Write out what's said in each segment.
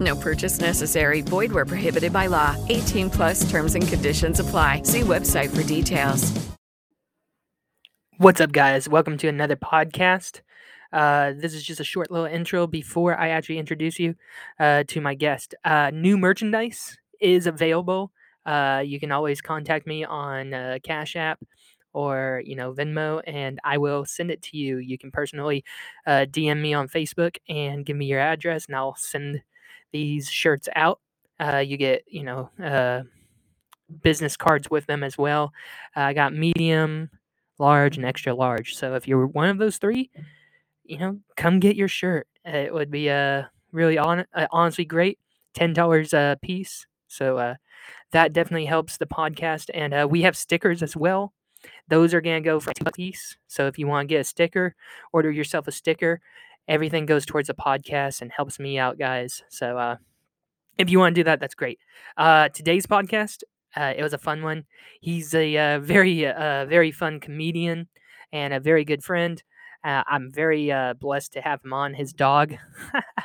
No purchase necessary. Void where prohibited by law. 18 plus terms and conditions apply. See website for details. What's up, guys? Welcome to another podcast. Uh, this is just a short little intro before I actually introduce you uh, to my guest. Uh, new merchandise is available. Uh, you can always contact me on uh, Cash App or you know Venmo, and I will send it to you. You can personally uh, DM me on Facebook and give me your address, and I'll send these shirts out. Uh, you get you know uh, business cards with them as well. Uh, I got medium, large, and extra large. So if you're one of those three, you know, come get your shirt. Uh, It would be uh, really on- uh, honestly great. Ten dollars a piece. So uh, that definitely helps the podcast, and uh, we have stickers as well. Those are gonna go for two piece. So if you want to get a sticker, order yourself a sticker. Everything goes towards the podcast and helps me out, guys. So uh, if you want to do that, that's great. Uh, today's podcast, uh, it was a fun one. He's a uh, very, uh, very fun comedian and a very good friend. Uh, I'm very uh, blessed to have him on. His dog,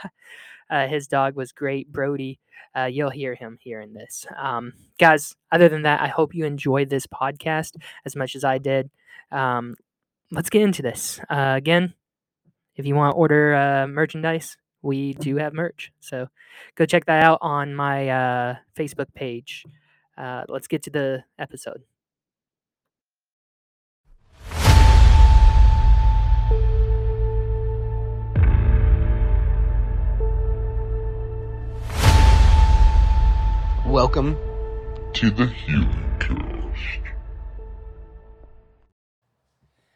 uh, his dog was great, Brody. Uh, you'll hear him here in this, um, guys. Other than that, I hope you enjoyed this podcast as much as I did. Um, let's get into this uh, again. If you want to order uh, merchandise, we do have merch, so go check that out on my uh, Facebook page. Uh, let's get to the episode. Welcome. to the human cast.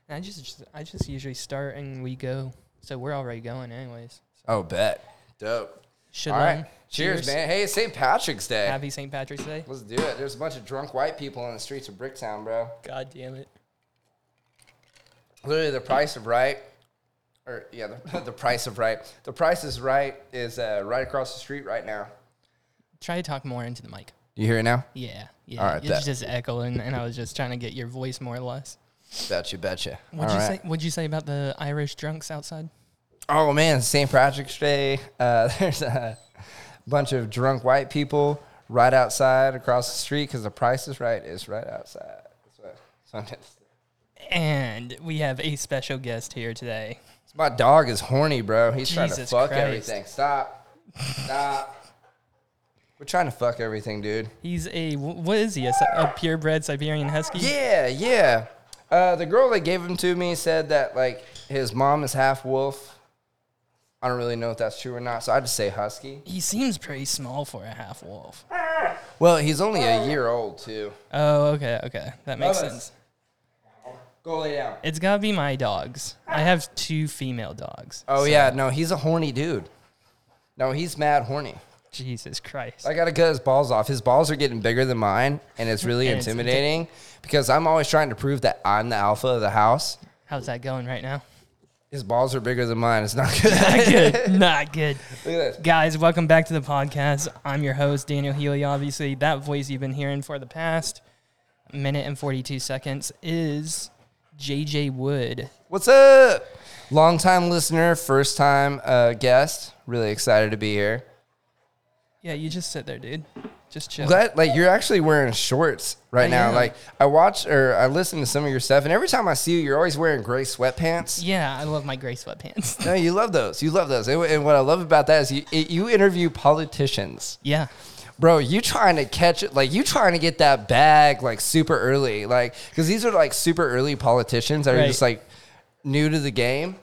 I just I just usually start and we go, so we're already going anyways. Oh, bet. Dope. Should All right. I? Cheers, man. Hey, it's St. Patrick's Day. Happy St. Patrick's Day. Let's do it. There's a bunch of drunk white people on the streets of Bricktown, bro. God damn it. Literally, the price of right, or yeah, the, the price of right. The price is right is uh, right across the street right now. Try to talk more into the mic. You hear it now? Yeah. Yeah. All right, it's that- just echoing and I was just trying to get your voice more or less. Betcha, betcha. What'd All you right. say what'd you say about the Irish drunks outside? Oh man, St. Patrick's Day. Uh, there's a bunch of drunk white people right outside across the street because the price is right is right outside. That's what, that's what it is. And we have a special guest here today. My dog is horny, bro. He's trying to Jesus fuck Christ. everything. Stop. Stop. We're trying to fuck everything, dude. He's a wh- what is he? A, Si- a purebred Siberian husky? Yeah, yeah. Uh, the girl that gave him to me said that like his mom is half wolf. I don't really know if that's true or not, so I just say husky. He seems pretty small for a half wolf. Well, he's only a year old too. Oh, okay, okay. That makes Love it. sense. Go lay down. It's gotta be my dogs. I have two female dogs. Oh yeah, no, he's a horny dude. No, he's mad horny. Jesus Christ. I gotta cut his balls off. His balls are getting bigger than mine, and it's really And it's inti- intimidating because I'm always trying to prove that I'm the alpha of the house. How's that going right now? His balls are bigger than mine. It's not good. Not good. Not good. Look at this. Guys, welcome back to the podcast. I'm your host, Daniel Healy. Obviously, that voice you've been hearing for the past minute and 42 seconds is JJ Wood. What's up? Long time listener, first time uh, guest. Really excited to be here. Yeah, you just sit there, dude. Just chill. Glad, like you're actually wearing shorts right I now. am. Like I watch or I listen to some of your stuff, and every time I see you, you're always wearing gray sweatpants. yeah, I love my gray sweatpants. No, you love those. You love those. And, and what I love about that is you, you interview politicians. yeah. bro you trying to catch it like you trying to get that bag like super early like because these are like super early politicians that are Right. just like new to the game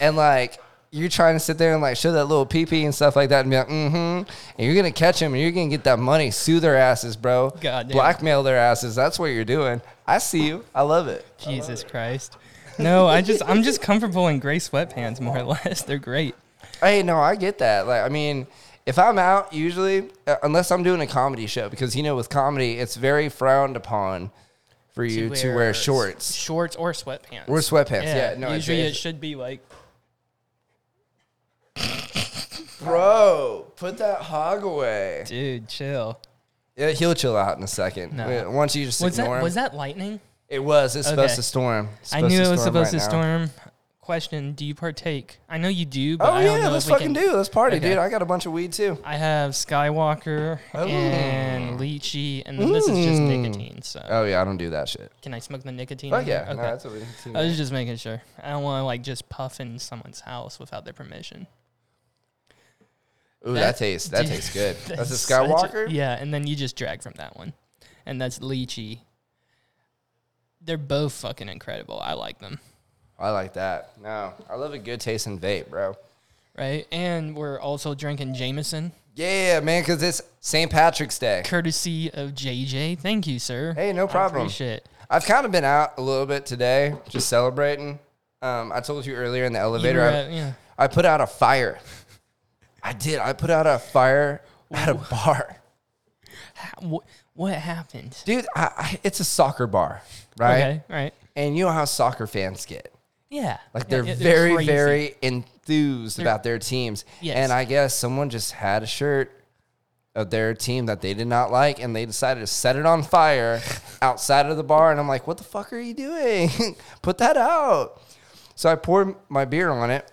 and like you're trying to sit there and like show that little pee pee and stuff like that and be like mm-hmm and you're gonna catch them and you're gonna get that money sue their asses bro God damn. blackmail their asses that's what you're doing i see you i love it Jesus Christ. No, I just I'm just comfortable in gray sweatpants more or less. They're great. Hey, no, I get that. Like, I mean, if I'm out, usually, uh, unless I'm doing a comedy show, because you know, with comedy, it's very frowned upon for you to wear, s- shorts. Shorts or sweatpants. Or sweatpants, yeah, no, it's- usually it's- it should be like Bro, put that hog away. dude, chill. Yeah, he'll chill out in a second. No. Yeah, Once you just Was ignore that him. was that lightning? It was. It's supposed Okay. to storm. It's I supposed knew to it was storm supposed right to now. storm. Question: Do you partake? I know you do, but Oh I don't yeah, know let's if we fucking can- do. Let's party, Okay. dude. I got a bunch of weed too. I have Skywalker and lychee, and then this is just nicotine. So Oh yeah, I don't do that shit. can I smoke the nicotine? Oh in here? yeah, no, that's what we I was just making sure. I don't want to like just puff in someone's house without their permission. Ooh, that, that- tastes. That dude, tastes good. That's, a such Skywalker. yeah, and then you just drag from that one, and that's lychee. They're both fucking incredible. I like them, I like that. No, I love a good tasting vape, bro. right? And we're also drinking Jameson, Yeah, man, because it's St. Patrick's Day. courtesy of JJ. Thank you, sir. Hey, no I problem. appreciate it. I've kind of been out a little bit today, just celebrating. Um, I told you earlier in the You elevator, were I, at- yeah. I put out a fire. I did. I put out a fire at a bar. What, what happened? Dude, I, I, it's a soccer bar, right? Okay, right. And you know how soccer fans get. Yeah. Like Yeah, they're yeah, very, crazy. very enthused about their teams. Yes. And I guess someone just had a shirt of their team that they did not like and they decided to set it on fire outside of the bar. And I'm like, what the fuck are you doing? Put that out. So I poured my beer on it.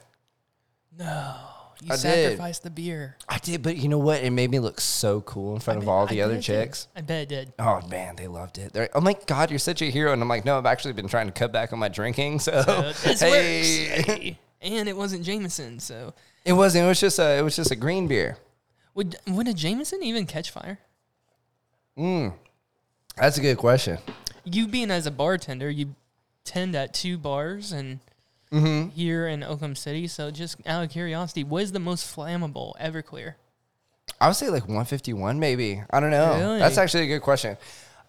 You I did. sacrificed the beer. I did, but you know what? It made me look so cool in front of bet- all I the other bet it did. chicks. I bet it did. Oh man, they loved it. They're, oh my god, you're such a hero. And I'm like, no, I've actually been trying to cut back on my drinking. So This hey. works. Hey. And it wasn't Jameson, so it wasn't. It was just a. It was just a green beer. would would a Jameson even catch fire? That's a good question. You being as a bartender, you tend at two bars and Mm-hmm. here in Oakham City. So just out of curiosity, what is the most flammable Everclear? I would say like 151, maybe. I don't know. Really? That's actually a good question.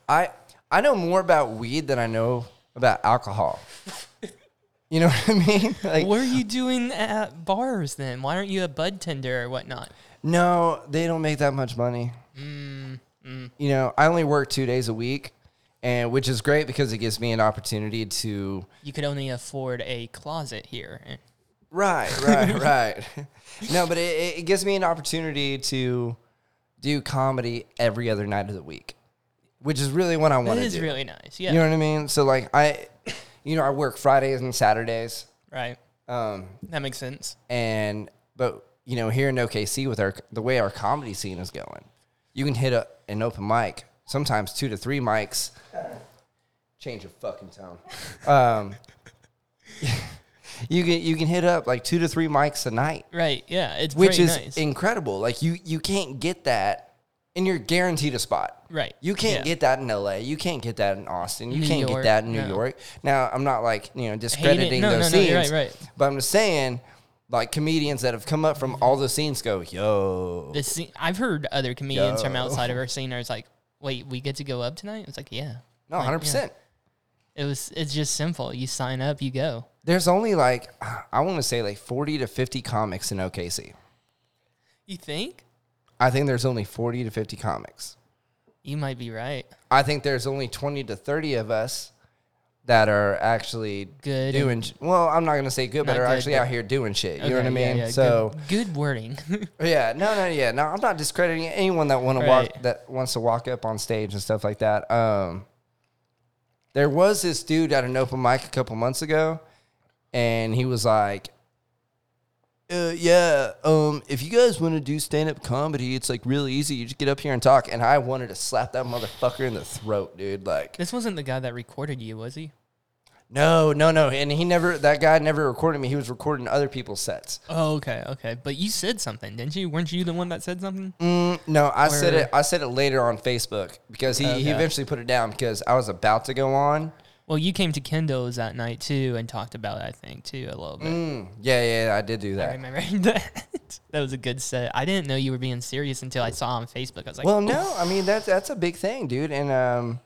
I I know more about weed than I know about alcohol. you know what I mean? Like, What are you doing at bars then? Why aren't you a bud tender or whatnot? no, they don't make that much money. Mm, You know, I only work two days a week, and which is great because it gives me an opportunity to. You could only afford a closet here. Right, right, right. no, but it- it, it gives me an opportunity to do comedy every other night of the week, which is really what I That want to is do. really nice. Yeah. You know what I mean? So like I, you know, I work Fridays and Saturdays, right. um, That makes sense. and but you know here in OKC with our the way our comedy scene is going, you can hit a, an open mic sometimes two to three mics. Change of fucking tone. Um, you can you can hit up like two to three mics a night, Right. Yeah. It's which pretty is nice. incredible. Like you you can't get that, and you're guaranteed a spot. Right. You can't Yeah. get that in LA. You can't get that in Austin. You New can't get York, that in New no. York. Now, I'm not like, you know, discrediting No, those no, no, scenes. you're right, right. But I'm just saying, like, comedians that have come up from all those scenes go, yo. the scene, I've heard other comedians from Yo. outside of our scene are like, wait, we get to go up tonight? It's like, yeah. No, Like, yeah. 100%. It was. It's just simple. You sign up, you go. There's only like, I want to say like 40 to 50 comics in OKC. You think? I think there's only 40 to 50 comics. You might be right. I think there's only 20 to 30 of us that are actually Good and- doing, well, I'm not going to say good, but Not are good, actually but- out here doing shit. You know what I Okay, yeah, mean? yeah, good- so. good, wording. Yeah, no, no, yeah, no. I'm not discrediting anyone that want to walk Right. that wants to walk up on stage and stuff like that. Um, There was this dude at an open mic a couple months ago, and he was like, uh, "Yeah, um, if you guys want to do stand up comedy, it's like really easy. You just get up here and talk." And I wanted to slap that motherfucker in the throat, dude. Like, This wasn't the guy that recorded you, was he? no, no, no. And he never. That guy never recorded me. He was recording other people's sets. Oh, okay, okay. But you said something, didn't you? Weren't you the one that said something? Mm, no, I said Or- it. I said it later on Facebook because he, he Okay. eventually put it down because I was about to go on. Well, you came to Kendo's that night too and talked about it, I think, too, a little bit. Mm, yeah, yeah, yeah, I did do I that. remember that. that was a good set. I didn't know you were being serious until I saw on Facebook. I was like, Well, no, I mean that's that's a big thing, dude. And um,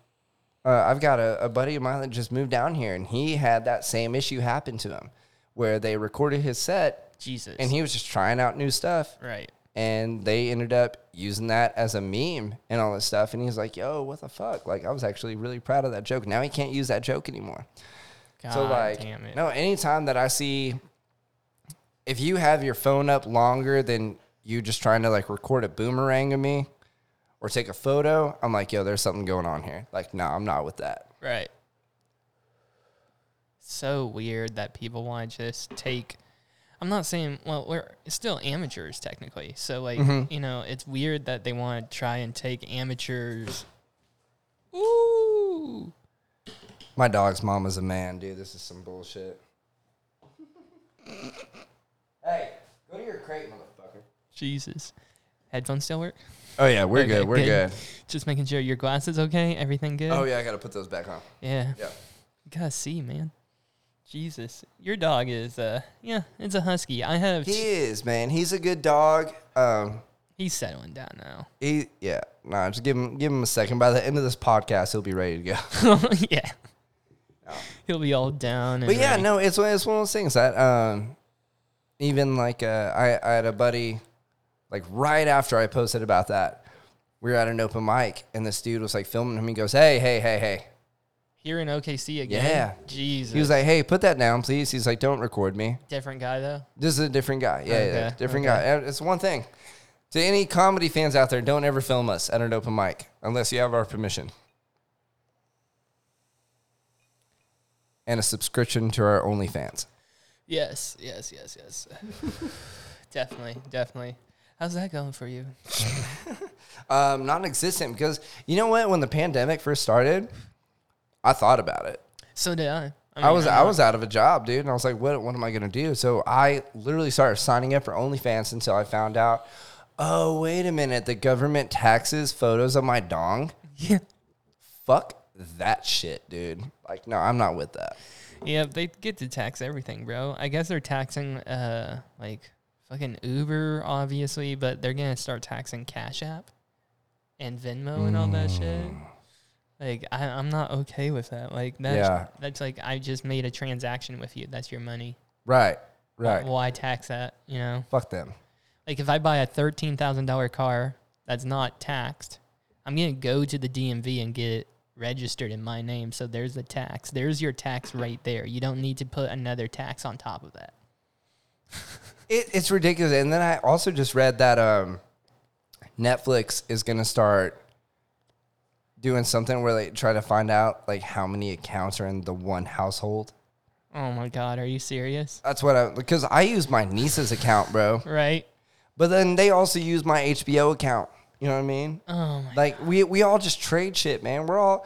uh, I've got a, a buddy of mine that just moved down here, and he had that same issue happen to him, where they recorded his set, Jesus. and he was just trying out new stuff, right. and they ended up using that as a meme and all this stuff. And he's like, "Yo, what the fuck?" Like, I was actually really proud of that joke. Now he can't use that joke anymore. God So like, Ah, damn it. no, anytime that I see, if you have your phone up longer than you just trying to like record a boomerang of me or take a photo, I'm like, yo, there's something going on here. Like, no, I'm not with that. Right. So weird that people want to just take. I'm not saying, well, we're still amateurs technically. So, like, Mm-hmm. you know, it's weird that they want to try and take amateurs. Ooh. My dog's mom is a man, dude. This is some bullshit. hey, go to your crate, motherfucker. Jesus. Headphones still work? Oh yeah, we're Okay, good. We're good. Just making sure your glasses okay, everything good. Oh yeah, I gotta put those back on. yeah. Yeah. You gotta see, man. Jesus, your dog is uh, yeah, it's a husky. I have. He T- is, man. He's a good dog. Um, he's settling down now. he yeah. Nah, just give him give him a second. By the end of this podcast, he'll be ready to go. yeah. He'll be all down. And But yeah, ready. no, it's one- it's one of those things that um, even like uh, I I had a buddy like right after I posted about that, we were at an open mic and this dude was like filming him. He goes, "Hey, hey, hey, hey." Here in OKC again. Yeah. Jesus. He was like, "Hey, put that down, please." He's like, "Don't record me." different guy though. This is a different guy. Yeah, yeah, Okay, different okay. guy. And It's one thing. To any comedy fans out there, don't ever film us at an open mic unless you have our permission and a subscription to our OnlyFans. Yes, yes, yes, yes. definitely, definitely. How's that going for you? um, non-existent because you know what? When the pandemic first started, I thought about it. So did I. I, I mean, was I'm I not- was out of a job, dude, and I was like, what What am I gonna do? So I literally started signing up for OnlyFans until I found out. Oh wait a minute, the government taxes photos of my dong. Yeah. Fuck that shit, dude. Like, no, I'm not with that. Yeah, they get to tax everything, bro. I guess they're taxing uh like fucking Uber, obviously, but they're gonna start taxing Cash App and Venmo and all that shit. Like I, I'm not okay with that. Like that's Yeah. that's like I just made a transaction with you. That's your money. Right, right. Why tax that? You know, Fuck them. like if I buy a thirteen thousand dollar car that's not taxed, I'm gonna go to the DMV and get it registered in my name. So there's the tax. There's your tax right there. You don't need to put another tax on top of that. It, it's ridiculous. And then I also just read that um, Netflix is going to start doing something where they try to find out like how many accounts are in the one household. Oh my God, are you serious? That's what I because I use my niece's account, bro. Right? But then they also use my HBO account. You know what I mean? Oh my. Like we we all just trade shit, man. We're all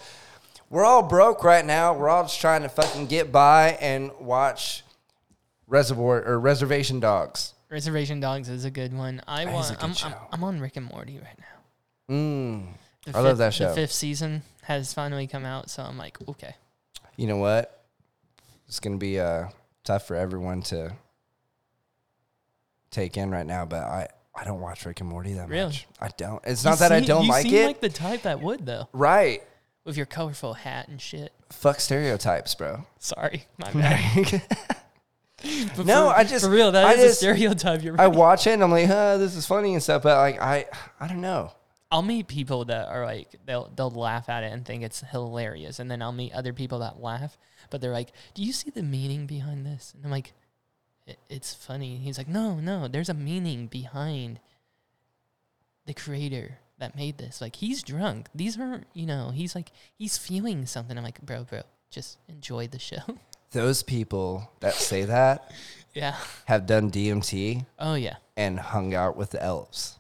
we're all broke right now. We're all just trying to fucking get by and watch Reservoir or Reservation Dogs. Reservation Dogs is a good one. I is want. a good I'm, I'm show. I'm on Rick and Morty right now. Mm. The I love that The show. fifth season has finally come out, so I'm like, okay. you know what? It's going to be uh, tough for everyone to take in right now, but I, I don't watch Rick and Morty that Really? much. I don't. It's You not that I seem- don't you like seem it. Like the type that would though, right. with your colorful hat and shit. Fuck stereotypes, bro. Sorry, my bad. But No, for- I just- for real that I is a just- stereotype. You're I right. watch it and I'm like, huh, this is funny and stuff, but like, I, I don't know. I'll meet people that are like they'll they'll laugh at it and think it's hilarious, and then I'll meet other people that laugh, but they're like, "Do you see the meaning behind this?" And I'm like, "I- "It's funny." He's like, "No, no, there's a meaning behind the creator that made this. Like he's drunk. These aren't you know. He's like he's feeling something. I'm like, bro, bro, just enjoy the show. Those people that say that yeah. have done DMT Oh yeah. and hung out with the elves.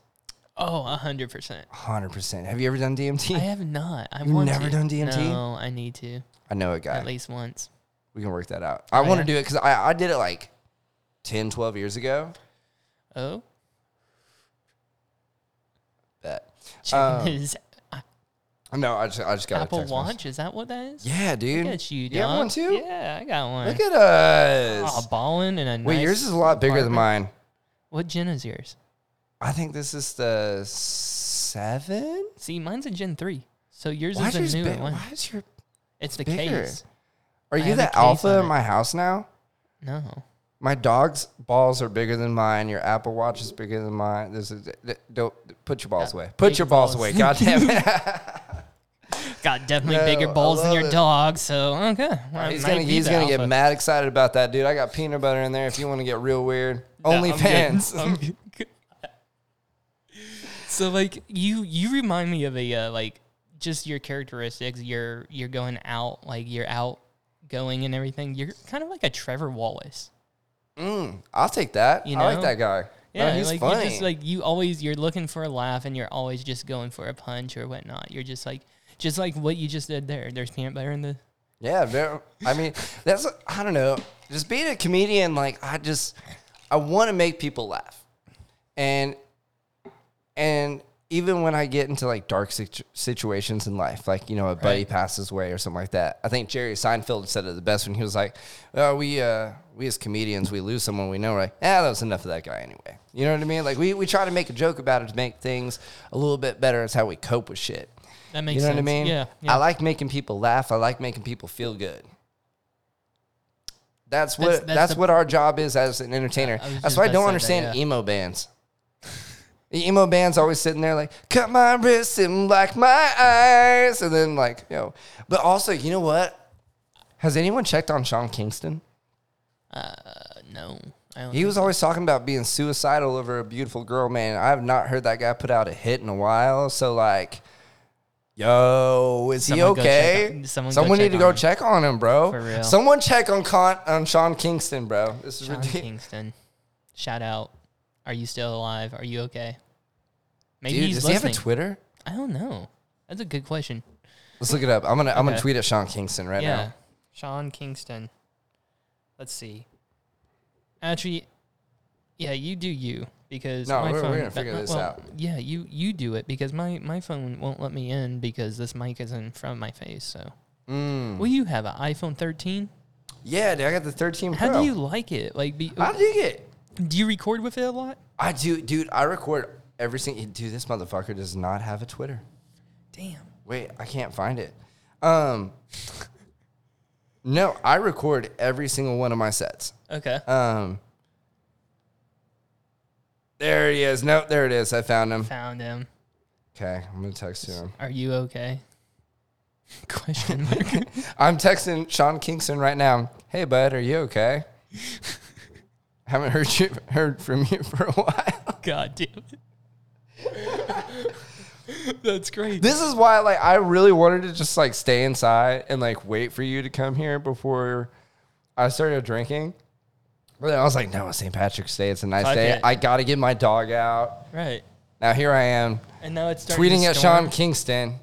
Oh, a hundred percent. 100%. Have you ever done I DMT? I, have not. I You've want never to. done DMT? No, I need to know a guy. at least once. We can work that out. I want Oh, yeah? to do it because I, I did it like 10, 12 years ago. Oh, Bet. Checking his um, No, I just, I just got a Apple Oh. text Watch. message. Is that what that is? Yeah, dude. Look at you, You have dog. one too? Yeah, I got one. Look at us. Aw, balling and a Wait, nice yours is a lot bigger than apartment. mine. What gen is yours? I think this is the seven. See, mine's a Gen three. So yours Why is is a yours newer big- one. Why is your? It's the bigger? case. Are I you have a the case alpha on in it. my house now? No. My dog's balls are bigger than mine. Your Apple Watch is bigger than mine. This is th- don't put your balls away. Put big your balls, balls. away. God damn it! Got definitely No, bigger I balls than love your it. dog, so okay. Well, I he's might gonna be he's the gonna get alpha. mad excited about that, dude. I got peanut butter in there. If you want to get real weird, No, only I'm good. pants. I'm good. so like you you remind me of a uh, like just your characteristics. You're you're going out like you're out going and everything. You're kind of like a Trevor Wallace. Mm, I'll take that. You I like know? that guy. Yeah, Yeah, Oh, he's like funny. you're just like you always you're looking for a laugh and you're always just going for a punch or whatnot. You're just like just like what you just did there. There's peanut butter in the Yeah, man. I mean, that's I don't know. Just being a comedian, like I just I want to make people laugh, and and even when I get into like dark situ- situations in life, like you know a buddy Right. passes away or something like that. I think Jerry Seinfeld said it the best when he was like, "Oh, we uh, we as comedians we lose someone we know, We're like ah, that was enough of that guy anyway." You know what I mean? Like we we try to make a joke about it to make things a little bit better. It's how we cope with shit. that makes you know sense. what I mean? Yeah. yeah. I like making people laugh. I like making people feel good. That's what That's- that's, that's the- what our job is as an entertainer. I was That's just why I about to don't say that, understand yeah. emo bands. the emo bands always sitting there like, cut my wrists and black my eyes, and then like, yo. But also, you know what? Has anyone checked on Sean Kingston? no. I don't He was always talking about being suicidal over a beautiful girl, man. I have not heard that guy put out a hit in a while. So like, yo, is Someone he go check okay? on- someone go need check to on go him. check on him, bro. For real. Someone check on Con- on Sean Kingston, bro. This is John ridiculous. Kingston. Shout out. Are you still alive? Are you okay? Maybe Dude, he's does he listening. have a Twitter? I don't know. That's a good question. Let's look it up. I'm gonna I'm gonna Okay. tweet at Sean Kingston right yeah. now. Sean Kingston. Let's see. Actually, yeah, you do you because No, my we're- we're phone, gonna figure this out. Yeah, you you do it because my my phone won't let me in because this mic is in front of my face. So, Mm. well, you have an iPhone 13. Yeah, dude, I got the 13 Pro. How do you like it? Like, be, I dig it. do you record with it a lot? I do, dude. I record every single. Dude, this motherfucker does not have a Twitter. Damn. Wait, I can't find it. Um, no, I record every single one of my sets. Okay. Um, there he is. No, there it is. I found him. Found him. Okay, I'm gonna text him. Are you okay? Question mark. I'm texting Sean Kingston right now. Hey, bud, are you okay? Haven't heard you heard from you for a while. God damn it. That's great. This is why, like, I really wanted to just like stay inside and like wait for you to come here before I started drinking. But then I was like, no, it's St. Patrick's Day. It's a nice Fuck day. it. I gotta get my dog out. right. Now here I am And now it's starting to tweeting at storm. Sean Kingston.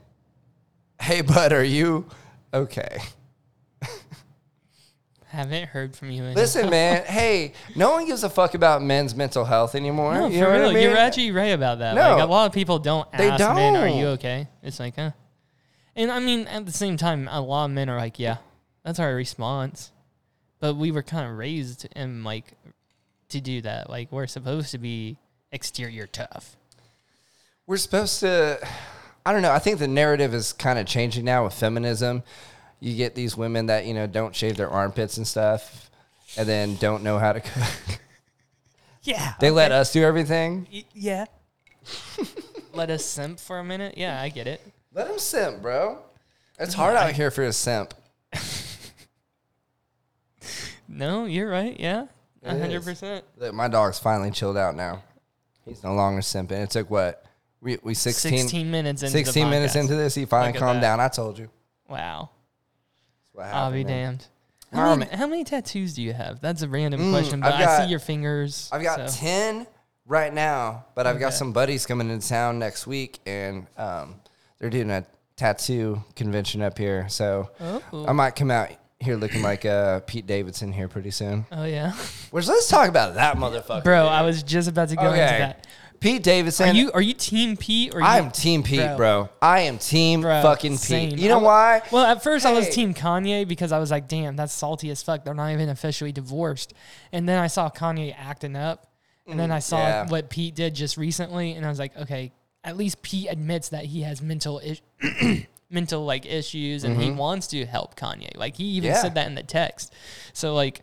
Hey, bud, are you okay? Haven't heard from you. In Listen, man. Hey, no one gives a fuck about men's mental health anymore. No, you for know real, what I mean? you're actually right about that. No. like a lot of people don't They ask, "Man, are you don't. okay?" It's like, huh? And I mean, at the same time, a lot of men are like, "Yeah, that's our response," but we were kind of raised and like to do that. Like we're supposed to be exterior tough. We're supposed to. I don't know. I think the narrative is kind of changing now with feminism. You get these women that you know don't shave their armpits and stuff, and then don't know how to cook. Yeah, they let us do everything. yeah. let us simp for a minute. Yeah, I get it. Let them simp, bro. It's hard out here for a simp. No, you're right. Yeah, is. hundred percent. Look, my dog's finally chilled out now. He's no longer simping. It took what We we 16, 16 minutes into the 16 minutes podcast. into this, he finally Look at calmed that. down. I told you. Wow. That's what I'll happened, be man. damned. How many, Armin. how many tattoos do you have? That's a random Mm, question, but I've I got- see your fingers. I've got so- 10 right now, but I've got some buddies coming into town next week, and um, they're doing a tattoo convention up here. So Oh. I might come out here looking like uh, Pete Davidson here pretty soon. Oh, yeah. Which let's talk about that motherfucker. Bro, I was just about to go into okay. that. Pete Are Davidson. you are you Team Pete or you, I'm Team Pete, bro. I am Team fucking Pete. same. You know I- why? Well, at first I was Hey. Team Kanye because I was like, "Damn, that's salty as fuck." They're not even officially divorced. And then I saw Kanye acting up, and then I saw Mm, yeah. what Pete did just recently, and I was like, "Okay, at least Pete admits that he has mental is- mental like issues, and he wants to help Kanye." Like he even Mm-hmm. Yeah. said that in the text. So like,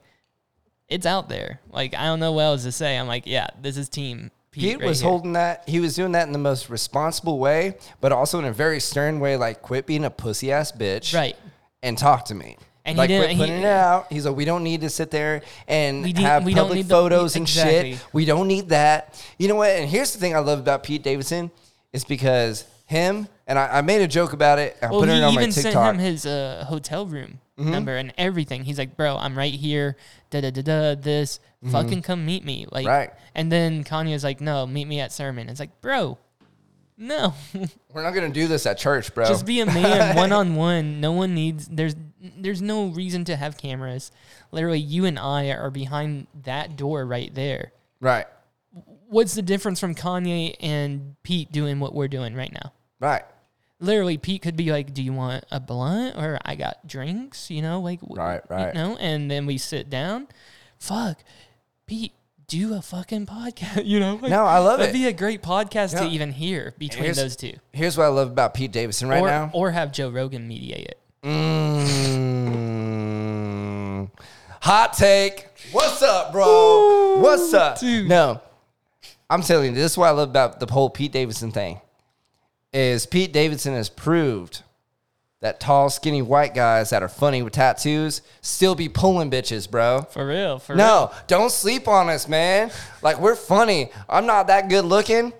it's out there. Like I don't know what else to say. I'm like, yeah, this is Team Pete. Pete right was here. holding that. He was doing that in the most responsible way, but also in a very stern way, like quit being a pussy ass bitch, Right. And talk to me. And he like quit didn't- putting he- it out. He's like, we don't need to sit there and We need- have we don't public need the- photos and exactly. shit. We don't need that. You know what? And here's the thing I love about Pete Davidson is because him and I, I made a joke about it. I Well, put it he on my even TikTok. Mm-hmm. sent him his uh, hotel room number and everything. He's like, "Bro, I'm right here. Da da da da. This fucking come meet me." Like, Mm-hmm. Right. And then Kanye's like, "No, meet me at sermon." It's like, bro, no, We're not gonna do this at church, bro. just be a man, one on one. No one needs. There's there's no reason to have cameras. Literally, you and I are behind that door right there. right, What's the difference from Kanye and Pete doing what we're doing right now? right, literally Pete could be like, "Do you want a blunt?" or "I got drinks," you know, like w- Right, right. you know, and then we sit down. Fuck, Pete, do a fucking podcast, you know? like, No, I love that'd it. be a great podcast to Yeah. even hear between Here's- those two, Here's what I love about Pete Davidson right or now. or have Joe Rogan mediate it. Mm. Hot take. What's up, bro? What's up? No, I'm telling you, this is what I love about the whole Pete Davidson thing. Is Pete Davidson has proved that tall, skinny white guys that are funny with tattoos still be pulling bitches, bro. For real, for real. No, don't sleep on us, man. Like we're funny. I'm not that good looking,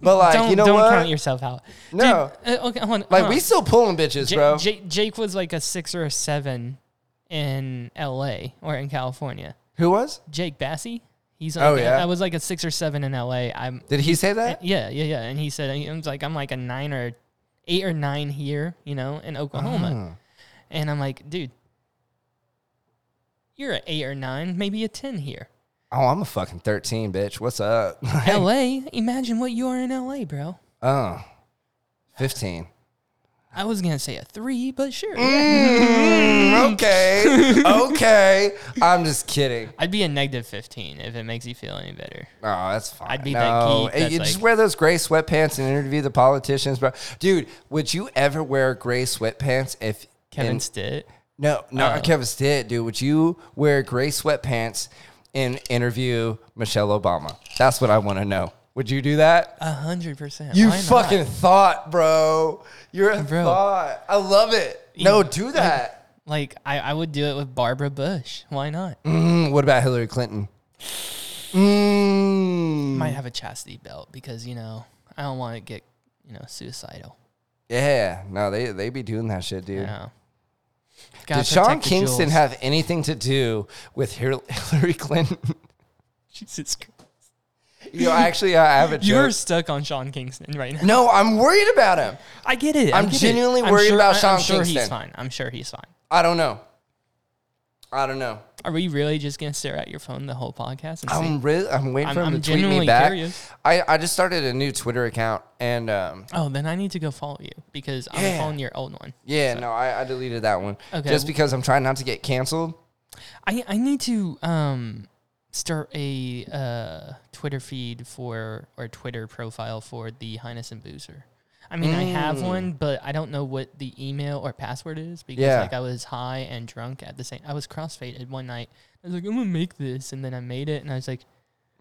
but like Don't you know don't what? count yourself out. Dude, No. uh, okay, hold on, like hold we on. still pulling bitches, Ja- bro. Ja- Jake was like a six or a seven in L.A. or in California. Who was? Jake Bassey. He's Oh, like, yeah. I was like a six or seven in LA. I'm Did he say that? yeah, yeah, yeah. And he said he was like I'm like a nine or eight or nine here, you know, in Ah. Oklahoma. And I'm like, dude, you're an eight or nine, maybe a ten here. Oh, I'm a fucking 13, bitch. What's up? LA, imagine what you are in LA, bro. oh, 15. I was gonna say a three, but sure. Mm, Mm, Okay. okay. I'm just kidding. I'd be a negative fifteen if it makes you feel any better. Oh, that's fine. I'd be no. that geek Hey, that's you just like- wear those gray sweatpants and interview the politicians, bro. Dude, would you ever wear gray sweatpants if Kevin and- Stitt. No, not Kevin Stitt, dude. Would you wear gray sweatpants and interview Michelle Obama? That's what I want to know. Would you do that? A hundred percent. You Why not? fucking thought, bro. You're a Bro. thought. I love it. No, do that. like I, I would do it with Barbara Bush. Why not? Mm, what about Hillary Clinton? Mm, might have a chastity belt because you know I don't want to get you know suicidal. yeah. No, they they be doing that shit, dude. You know. Gotta Did Sean protect the Kingston jewels. have anything to do with Hil- Hillary Clinton? Jesus Christ. you know, actually, I have a joke. You're stuck on Sean Kingston right now. no, I'm worried about him. I get it. I'm I get genuinely it. I'm worried sure, about I- Sean I'm sure he's Kingston. fine. I'm sure he's fine. I don't know. I don't know. Are we really just gonna stare at your phone the whole podcast? And see? I'm really, I'm waiting I'm- for him to I'm tweet me genuinely back. curious. I, I just started a new Twitter account and um, Oh, then I need to go follow you because I'm Yeah. following your old one. Yeah, no, I, I deleted that one. Okay. Just because I'm trying not to get canceled. I I need to um start a uh Twitter feed for or Twitter profile for the Highness and Boozer. I mean, I have Mm. one, but I don't know what the email or password is because Yeah. like I was high and drunk at the same. I was crossfaded one night. I was like, I'm gonna make this, and then I made it, and I was like,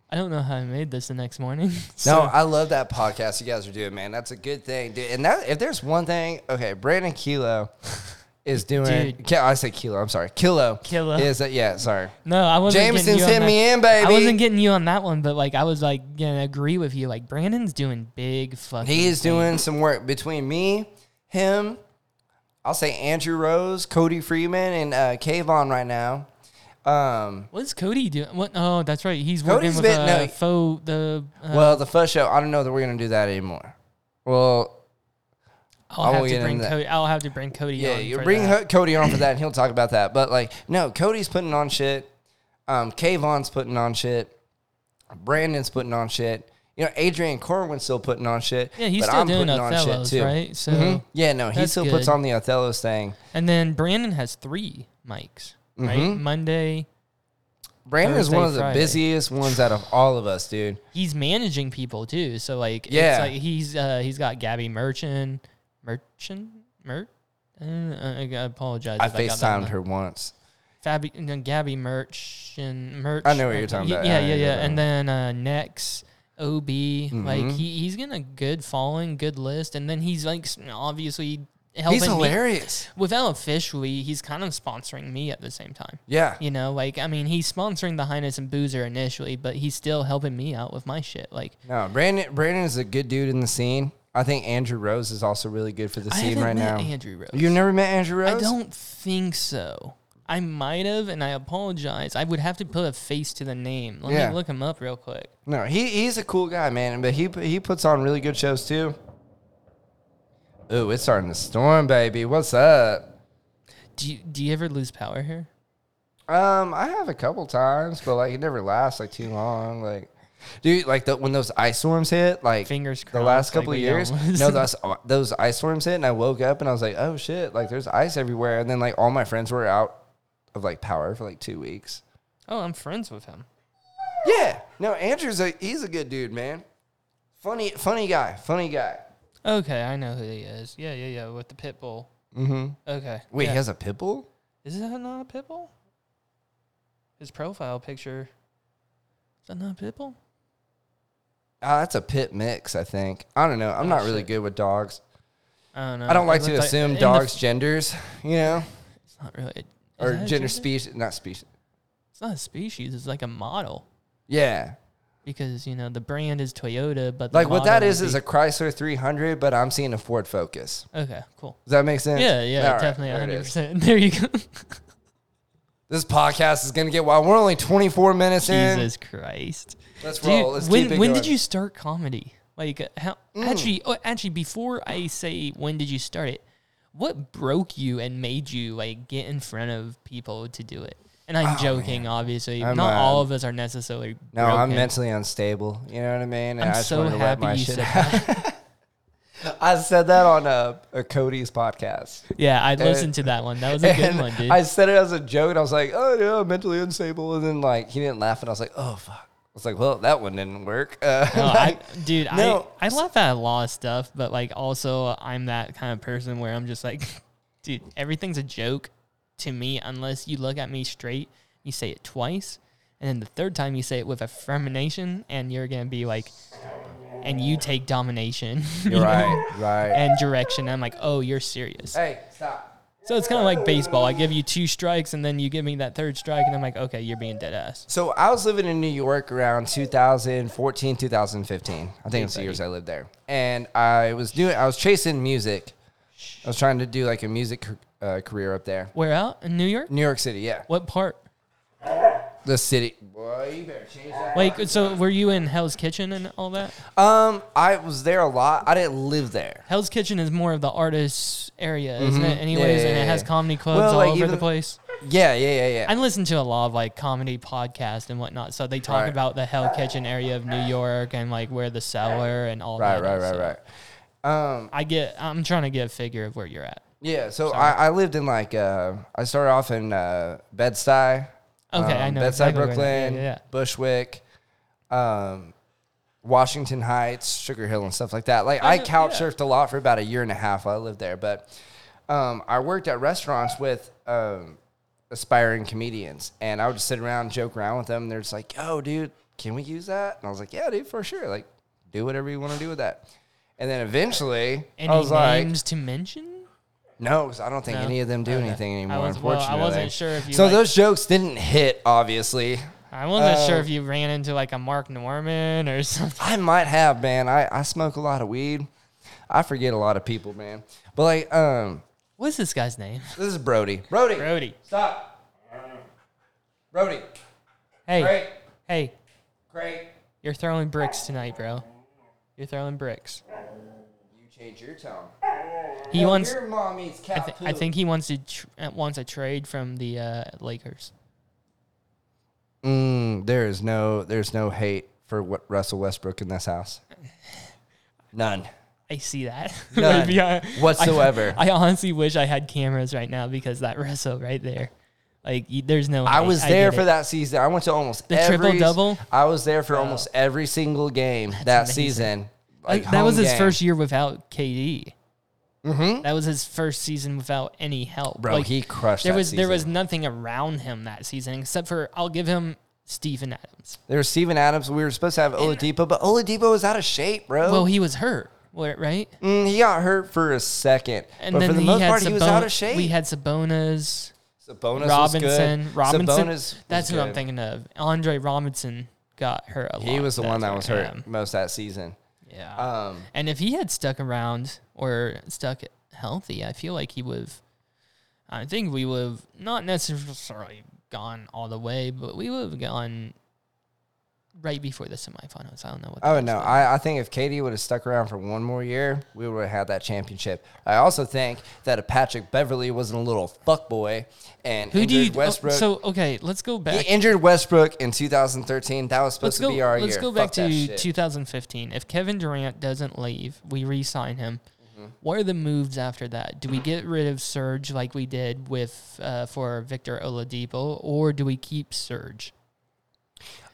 I don't know how I made this the next morning. No, So- I love that podcast you guys are doing, man. That's a good thing, dude. And that if there's one thing, okay, Brandon Kilo is doing. Dude. Ki- I say kilo. I'm sorry. Kilo. Kilo. is that? Yeah. Sorry. No, I wasn't. getting Jameson's you on hit that- me in, baby. I wasn't getting you on that one, but like I was like gonna agree with you. Like Brandon's doing big fucking. He is things. doing some work between me, him. I'll say Andrew Rose, Cody Freeman, and uh, Kayvon right now. Um, What's Cody doing? What? Oh, that's right. He's Cody's working with been- uh, no. faux the. Uh, well, the first show, I don't know that we're gonna do that anymore. Well, I I'll won't have get to bring into that. Cody. I'll have to bring Cody. yeah, on you for bring that. Ho- Cody on for that, and he'll talk about that. But like, no, Cody's putting on shit. Um, Kayvon's putting on shit. Brandon's putting on shit. You know, Adrian Corwin's still putting on shit. Yeah, he's but still I'm doing putting on Othello's, shit too. right? So, Mhm. Yeah, no, he that's still puts good. on the Othello's thing. and then Brandon has three mics, right? Mhm. Monday. Brandon is Thursday, one of the Friday. busiest ones out of all of us, dude. He's managing people too, so like, Yeah. it's like he's uh, he's got Gabby Merchant, Merchant, Mert. Uh, I I apologize. I if got that FaceTimed wrong. her once. Fabi, and then Gabby Merch and Merch. I know what you're talking uh, about. Yeah, I yeah, know yeah. that And one. then uh, Nex, OB, Mm-hmm. like he, he's getting a good following, good list, and then he's like s- obviously helping. He's hilarious. Me. Without officially, he's kind of sponsoring me at the same time. Yeah. You know, like I mean, he's sponsoring the Highness and Boozer initially, but he's still helping me out with my shit. Like No, Brandon Brandon is a good dude in the scene. I think Andrew Rose is also really good for the I scene haven't right met now. Andrew Rose. You've never met Andrew Rose? I don't think so. I might have, and I apologize. I would have to put a face to the name. Let Yeah. me look him up real quick. No, he he's a cool guy, man. But he he puts on really good shows too. Ooh, it's starting to storm, baby. What's up? Do you, do you ever lose power here? Um, I have a couple times, but like it never lasts like too long. Like, dude, like the, when those ice storms hit, like Fingers the crossed, last like couple we of years, don't. no, those those ice storms hit, and I woke up and I was like, oh shit, like there's ice everywhere, and then like all my friends were out of like power for like two weeks. Oh, I'm friends with him. Yeah, no, Andrew's a he's a good dude, man. Funny, funny guy, funny guy. Okay, I know who he is. Yeah, yeah, yeah, with the pit bull. Mm-hmm. Okay. Wait, yeah. he has a pit bull? is that not a pit bull? His profile picture. Is that not a pit bull? Ah, that's a pit mix, I think. I don't know. Oh, I'm not really good with dogs. I don't know. I don't It like to looked assume Uh, in the- dogs genders, you know, it's not really. is or that a gender, species, not species. It's not a species. It's like a model Yeah. because you know the brand is Toyota, but the Like what that model is would is a Chrysler 300, but I'm seeing a Ford Focus. be- okay, cool. Does that make sense? Yeah, yeah, All right, definitely, there it hundred is. percent. There you go. This podcast is going to get wild. We're only 24 minutes Jesus Christ. in. Let's Dude, roll. Let's when keep it when did going. Mm. you start comedy? Like uh, how actually oh, actually before I say when did you start it, what broke you and made you like get in front of people to do it? And I'm joking, obviously. Oh, I'm, Not uh, all of us are necessarily. No, I'm broken. mentally unstable. You know what I mean? And I'm I just so wanted to let my happy you shit said out. that. I said that on uh, a Cody's podcast. Yeah, I listened to that one. That was a good And one, dude. I said it as a joke, and I was like, "Oh yeah, mentally unstable." And then like he didn't laugh, and I was like, "Oh fuck!" I was like, "Well, that one didn't work." Uh, No, I, like, dude, no. I, I laugh at a lot of stuff, but like also I'm that kind of person where I'm just like, dude, everything's a joke to me unless you look at me straight, you say it twice, and then the third time you say it with affirmation, and you're gonna be like, and you take domination, you know, right, right. and direction. I'm like, oh, you're serious. Hey, stop. So it's kind of like baseball. I give you two strikes, and then you give me that third strike, and I'm like, okay, you're being dead ass. So I was living in New York around 2014, 2015. I think it's the years I lived there, and I was doing. I was chasing music. I was trying to do like a music ca- uh, career up there, Where out in New York? New York City. Yeah, What part? the city. Boy, you better change that. Like, so were you in Hell's Kitchen and all that? Um, I was there a lot. I didn't live there. Hell's Kitchen is more of the artists area, isn't it? Anyways, Mm-hmm. yeah, and it yeah, has yeah. comedy clubs Well, all like, over the even- place. Yeah, yeah, yeah, yeah. I listen to a lot of like comedy podcasts and whatnot, so they talk Right. about the Hell Kitchen area of New York and like where the cellar and all right, that. right, is, right, so. right. I get. I'm trying to get a figure of where you're at. Yeah, so I, I lived in like uh, I started off in uh, Bed Stuy. um, Okay, I know Bed Stuy, exactly where that- yeah, Brooklyn, yeah, yeah. Bushwick, um, Washington Heights, Sugar Hill, and stuff like that. Like I, know- couch yeah. surfed a lot for about a year and a half while I lived there, but um, I worked at restaurants with um, aspiring comedians, and I would just sit around, and joke around with them. And they're just like, "Yo, dude, can we use that?" And I was like, "Yeah, dude, for sure. Like, do whatever you want to do with that." And then eventually, Any I was like, names to mention? No, 'cause I don't think No? any of them do Okay. anything anymore. I was, well, unfortunately, I wasn't sure if you. So like- those jokes didn't hit. Obviously, I wasn't sure uh, if you ran into like a Mark Norman or something. I might have, man. I, I smoke a lot of weed. I forget a lot of people, man. But like, um, What's this guy's name? this is Brody. Brody, Brody. stop. Brody, Hey, great, hey, great. you're throwing bricks tonight, bro. You're throwing bricks. You change your tone. He wants. Your mom eats I, cat th- I poop. think he wants to tr- uh, wants a trade from the uh, Lakers. Mm, there is no there's no hate for what Russell Westbrook in this house. None. I see that. None Maybe I- whatsoever. I, I honestly wish I had cameras right now because that wrestle right there, like y- there's no. I hate. was there get for it. that season. I went to almost The every, triple-double? I was there for almost every single game that amazing. season. Like, Like, that was home his game. first year without KD. Mm-hmm. That was his first season without any help. Bro, he crushed There that was there was season. nothing around him that season except for I'll give him Steven Adams. There was Steven Adams. We were supposed to have Oladipo, but Oladipo was out of shape, bro. Well, he was hurt, wa- right? Mm, he got hurt for a second, but for the most part, he was Sabon- out of shape. We had Sabonis, Sabonis Robinson, was good. Sabonis Robinson. was that's what I'm good. thinking of. Andre Robinson got hurt a lot. He was the one that That's was where I hurt am. most that season. Yeah. Um, and if he had stuck around or stuck healthy, I feel like he would. I think we would have not necessarily gone all the way, but we would have gone right before the semifinals. I don't know what. the Oh next no, one- I, I think if Katie would have stuck around for one more year, we would have had that championship. I also think that if Patrick Beverly wasn't a little fuckboy and Who injured do you? oh, Westbrook, so okay, let's go he back. injured Westbrook in 2013. That was Let's supposed go. to be our Let's year. go back Fuck that to shit. 2015. If Kevin Durant doesn't leave, we re-sign him. Mm-hmm. What are the moves after that? Do we get rid of Serge like we did with uh, for Victor Oladipo, or do we keep Serge?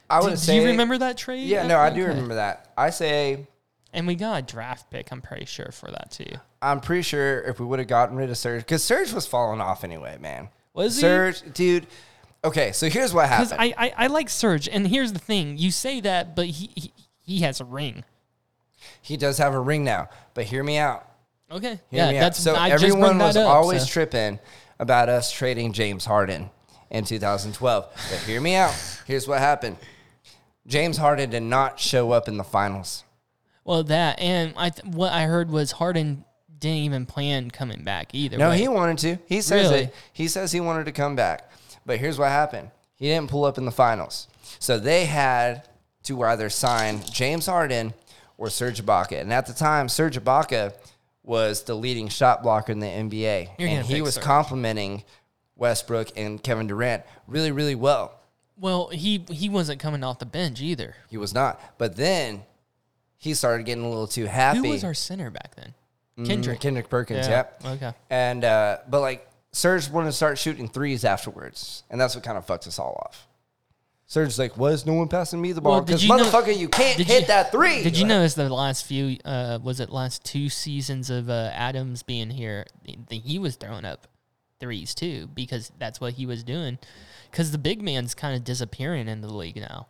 I Do, would do say. you remember that trade? Yeah, no, I do Okay. remember that. I say And we got a draft pick. I'm pretty sure for that too. I'm pretty sure if we would have gotten rid of Serge, because Serge was falling off anyway, man. Was he? Serge, dude? Okay, so here's what Because happened. I, I I like Serge, and here's the thing: you say that, but he he, he has a ring. he does have a ring now, but hear me out. Okay. Hear me yeah, out. that's so I just everyone brought that was up, always so- tripping about us trading James Harden in 2012. But hear me out. Here's what happened. James Harden did not show up in the finals. Well, that and I th- what I heard was Harden didn't even plan coming back either. No, way. he wanted to. He says Really? it. He says he wanted to come back. But here's what happened. He didn't pull up in the finals. So they had to either sign James Harden or Serge Ibaka. And at the time, Serge Ibaka was the leading shot blocker in the NBA. You're gonna and he pick was Serge. complimenting Westbrook and Kevin Durant really, really well. Well, he he wasn't coming off the bench either. He was not. But then he started getting a little too happy. Who was our center back then? Kendrick. Mm. Kendrick Perkins, Yeah, yep. okay. And uh, but like Serge wanted to start shooting threes afterwards, and that's what kind of fucked us all off. Serge's like, "Why is no one passing me the ball? Well, did Because you know- motherfucker, you can't did hit you- that three. Did you Like, notice the last few? Uh, was it last two seasons of uh, Adams being here? th- th- He was throwing up threes too because that's what he was doing. Because the big man's kind of disappearing in the league now.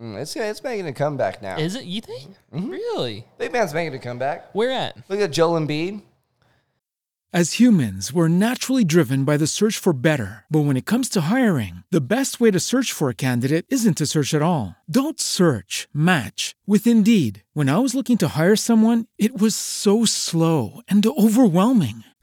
Mm, it's it's making a comeback now. Mm-hmm. Is it? You think? Really? Big man's making a comeback. Where at? Look at Joel Embiid. As humans, we're naturally driven by the search for better. But when it comes to hiring, the best way to search for a candidate isn't to search at all. Don't search, match with Indeed. When I was looking to hire someone, it was so slow and overwhelming.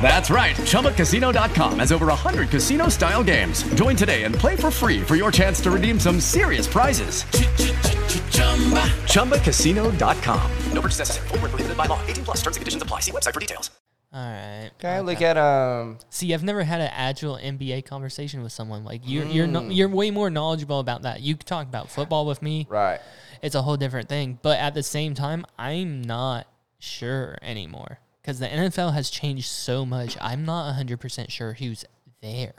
That's right. ChumbaCasino.com has over 100 casino style games. Join today and play for free for your chance to redeem some serious prizes. ChumbaCasino.com. No purchase necessary. Void where prohibited by law. 18 plus terms and conditions apply. See website for details. All right. Can I look at um? See, I've never had an actual NBA conversation with someone like you're. You're no, you're way more knowledgeable about that. You talk about football with me. Right. It's a whole different thing. But at the same time, I'm not sure anymore because the NFL has changed so much. I'm not 100% sure who's there.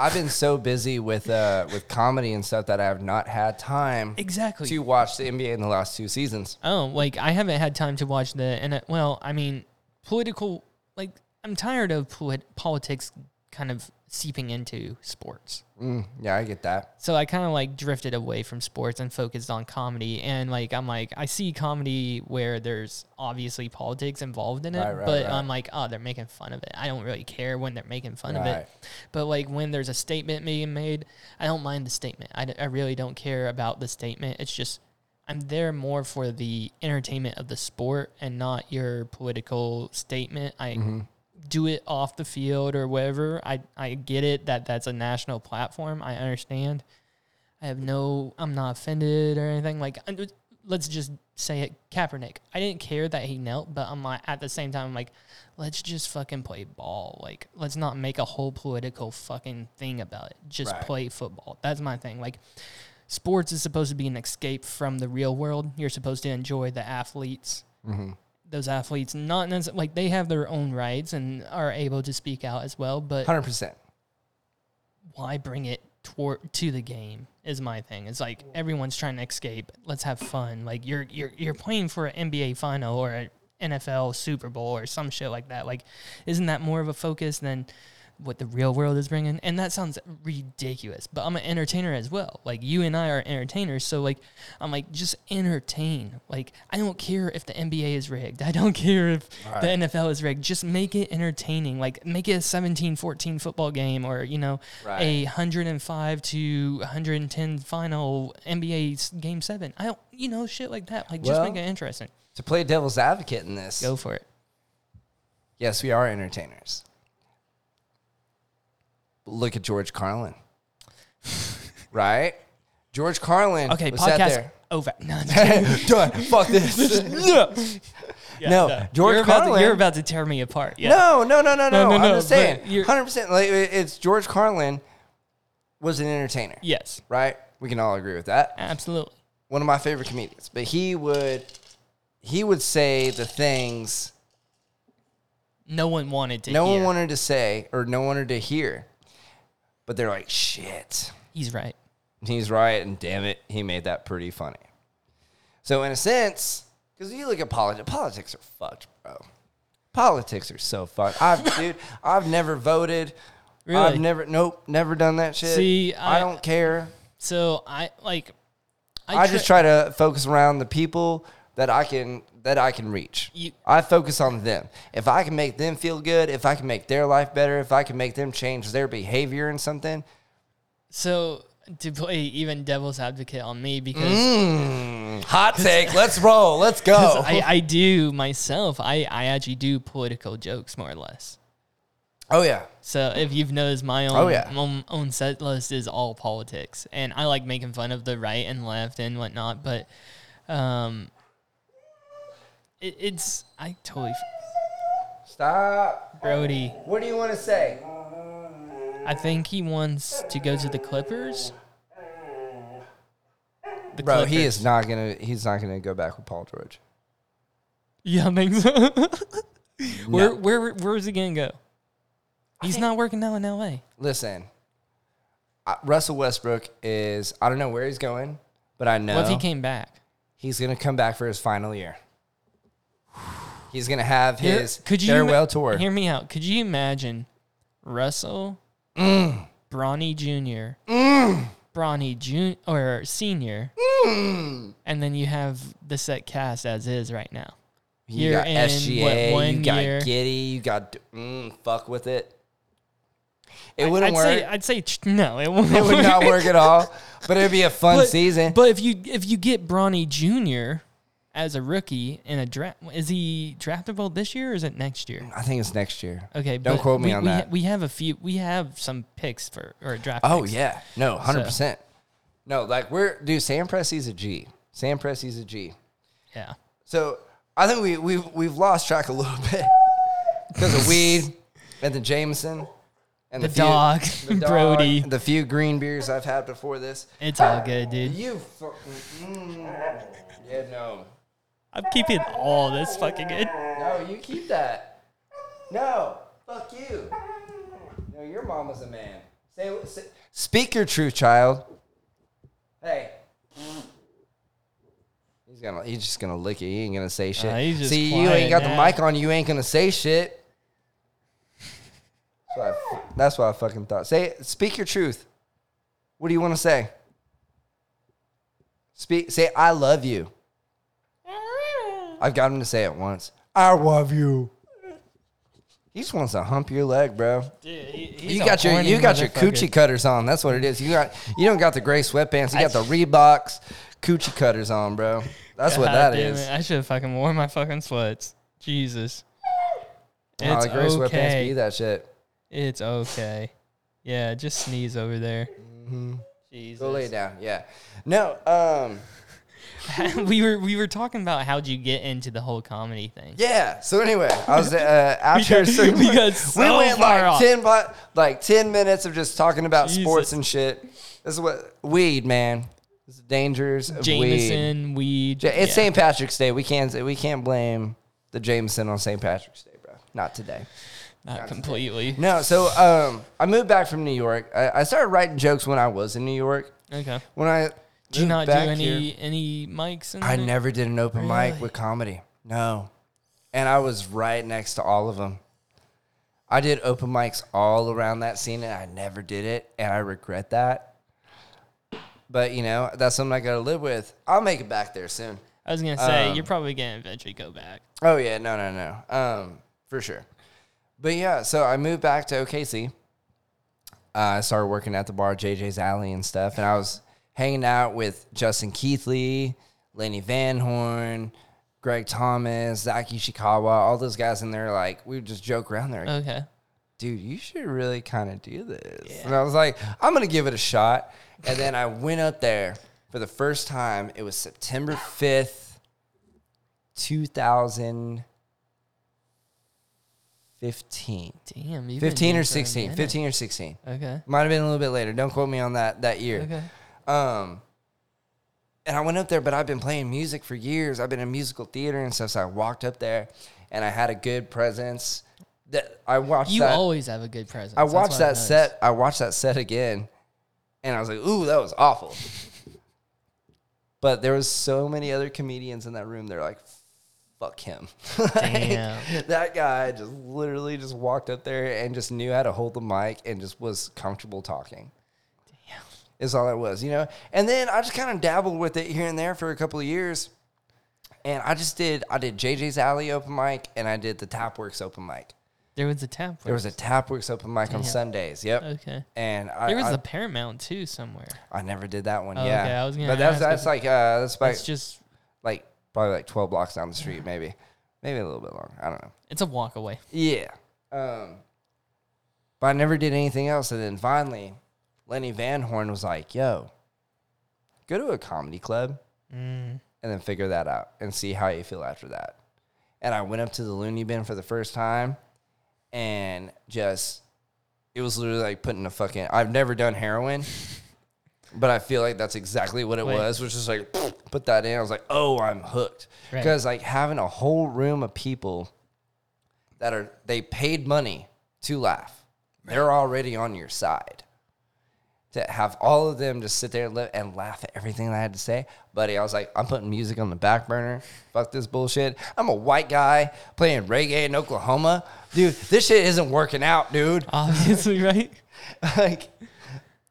I've been so busy with uh with comedy and stuff that I have not had time Exactly. to watch the NBA in the last two seasons. Oh, like I haven't had time to watch the and well, I mean, political. Like I'm tired of polit- politics kind of seeping into sports. Mm, yeah, I get that. So I kind of like drifted away from sports and focused on comedy. And like I'm like I see comedy where there's obviously politics involved in it, Right, right, but right. I'm like, oh, they're making fun of it. I don't really care when they're making fun of Right. it. But like when there's a statement being made, I don't mind the statement. I, d- I really don't care about the statement. It's just I'm there more for the entertainment of the sport and not your political statement. I Mm-hmm. do it off the field or whatever. I, I get it that that's a national platform. I understand. I have no, I'm not offended or anything. Like, I- let's just say it Kaepernick. I didn't care that he knelt, but I'm like, at the same time, I'm like, let's just fucking play ball. Like, let's not make a whole political fucking thing about it. Just Right. play football. That's my thing. Like, sports is supposed to be an escape from the real world. You're supposed to enjoy the athletes. Those athletes, not necessarily, like they have their own rights and are able to speak out as well, but Hundred percent. why bring it toward to the game is my thing. It's like everyone's trying to escape. Let's have fun. Like you're you're you're playing for an NBA final or an NFL Super Bowl or some shit like that. Like isn't that more of a focus than what the real world is bringing? And that sounds ridiculous, but I'm an entertainer as well. Like you and I are entertainers, so like I'm like just entertain. Like I don't care if the NBA is rigged. I don't care if the NFL is rigged. Just make it entertaining. Like make it a 17-14 football game or you know Right. a 105 to 110 final NBA s- game seven. I don't, you know, shit like that. Like, just Well- make it interesting. To play devil's advocate in this, Go for it. yes, we are entertainers. But look at George Carlin, right? George Carlin. Okay, was sat podcast there. over. No, Done. Fuck this. no, George you're about, Carlin. to, you're about to tear me apart. Yeah. No, no, no, no, no, no, I'm no, just but saying, you're- hundred percent. Like it- it's George Carlin was an entertainer. Yes, right. We can all agree with that. absolutely. One of my favorite comedians, but he would he would say the things No one wanted to. no hear. one wanted to say or no one wanted to hear, but they're like shit. He's right. And he's right, and damn it, he made that pretty funny. So in a sense, because you look at politics, politics are fucked, bro. Politics are so fucked. I've dude, I've never voted. Really? I've never, nope, never done that shit. See, I- I don't care. So I like. I, just try to focus around the people that I can that I can reach. You- I focus on them. If I can make them feel good, if I can make their life better, if I can make them change their behavior in something, So to play even devil's advocate on me because. Mm. hot take. let's roll. Let's go. I, I do myself. I, I actually do political jokes more or less. oh yeah. So if you've noticed, my own, Oh, yeah. own own set list is all politics, and I like making fun of the right and left and whatnot. But um, it, it's I totally f- Stop. Brody. What do you want to say? I think he wants to go to the Clippers. The Bro, he is not gonna he's not gonna go back with Paul George. Yeah, I think so. where where where is he gonna go? He's not working now in L.A. Listen. I, Russell Westbrook is I don't know where he's going, but I know What if he came back? he's gonna come back for his final year. He's gonna have Here- his could you farewell ima- tour. Hear me out. Could you imagine Russell, Bronny Jr., Bronny Jr. or Senior, and then you have the set cast as is right now. you You're got in, what, SGA, you one got year? Giddy, you got mm, fuck with it. It I- wouldn't I'd work. Say, I'd say ch- no. It, won't it would not work at all. But it'd be a fun But- season. But if you if you get Bronny Jr. as a rookie in a draft. Is he draftable this year or is it next year? I think it's next year. Okay, Don't but quote me we, on we, that. We have a few. We have some picks for or draft. Oh picks. yeah, no, hundred percent. No, like we're dude. Sam Presti's a G. Sam Presti's a G. yeah. So I think we we've we've lost track a little bit because of weed and the Jameson and The dog, Brody. the few green beers I've had before this. It's all good, dude. You fucking mm, yeah no I'm keeping all this fucking good. no you keep that no fuck you no your mama's a man say, say speak your truth child hey he's gonna he's just gonna lick it he ain't gonna say shit Uh, he's just see you ain't quiet got now. the mic on you ain't gonna say shit that's what I, fu- that's what I fucking thought say it. speak your truth what do you want to say Speak. Say I love you. I've got him to say it once. I love you. He just wants to hump your leg, bro. you got your you got your coochie cutters on. That's what it is. You got you don't got the gray sweatpants. You got the Reeboks coochie cutters on, bro. That's what that is. I should have fucking worn my fucking sweats. Jesus. Nah, It's the gray sweatpants okay. be that shit. It's okay. Yeah, just sneeze over there. Jesus. Mm-hmm. Go lay down. Yeah. No. Um. we were we were talking about how'd you get into the whole comedy thing. Yeah. So anyway, I was uh, after a got- certain we point- got so went far like off. ten bu- like ten minutes of just talking about sports Jesus. and shit. This is what weed, man. This is the dangers of weed. Jameson, weed. Ja- It's yeah. St. Patrick's Day. We can't we can't blame the Jameson on St. Patrick's Day, bro. Not today. Not completely. No. So um, I moved back from New York. I, I started writing jokes when I was in New York. Okay. When I Did you moved not do back any here- any mics? And I never did an open mic Really? with comedy. No. And I was right next to all of them. I did open mics all around that scene and I never did it. And I regret that. But, you know, that's something I got to live with. I'll make it back there soon. I was gonna say Um, you're probably gonna eventually go back. Oh, yeah. No, no, no. Um, for sure. But yeah, so I moved back to OKC. Uh, I started working at the bar, JJ's Alley and stuff. And I was hanging out with Justin Keithley, Lenny Van Horn, Greg Thomas, Zaki Ishikawa, all those guys. And they're like, we would just joke around there. Okay. Dude, you should really kind of do this. And I was like, I'm going to give it a shot. And then I went up there for the first time. It was September 5th, 2015. Damn. You've been 15 here or for a 16. minute. 15 or 16. Okay. Might have been a little bit later. Don't quote me on that that year. Okay. Um, and I went up there, but I've been playing music for years. I've been in musical theater and stuff. So I walked up there, and I had a good presence. That I watched. You that, always have a good presence. I That's watched what that I've noticed. set. I watched that set again, and I was like, "Ooh, that was awful." but there was so many other comedians in that room. They're like, "Fuck him." Like, Damn. that guy just literally just walked up there and just knew how to hold the mic and just was comfortable talking. Damn. Is all it was, you know. And then I just kind of dabbled with it here and there for a couple of years. And I just did I did JJ's Alley open mic and I did the Tapworks open mic. There was a tap. There was a Tapworks open mic on Sundays. Yep. Okay. And I, There was I, the Paramount too somewhere. I never did that one. Oh, yeah. okay, I was gonna but that's ask that's if- like uh that's about It's just like probably like twelve blocks down the street, maybe. Maybe a little bit longer. I don't know. it's a walk away. Yeah. Um but I never did anything else. And then finally, Lenny Van Horn was like, yo, go to a comedy club and then figure that out and see how you feel after that. And I went up to the loony bin for the first time and just, it was literally like putting a fucking, I've never done heroin, but I feel like that's exactly what it Wait. was, which is like, put that in. I was like, oh, I'm hooked. Right. Because like having a whole room of people that are they paid money to laugh. They're already on your side. To have all of them just sit there and, li- and laugh at everything that I had to say, buddy, I was like, I'm putting music on the back burner. Fuck this bullshit. I'm a white guy playing reggae in Oklahoma, dude. This shit isn't working out, dude. Uh. Obviously, right? like,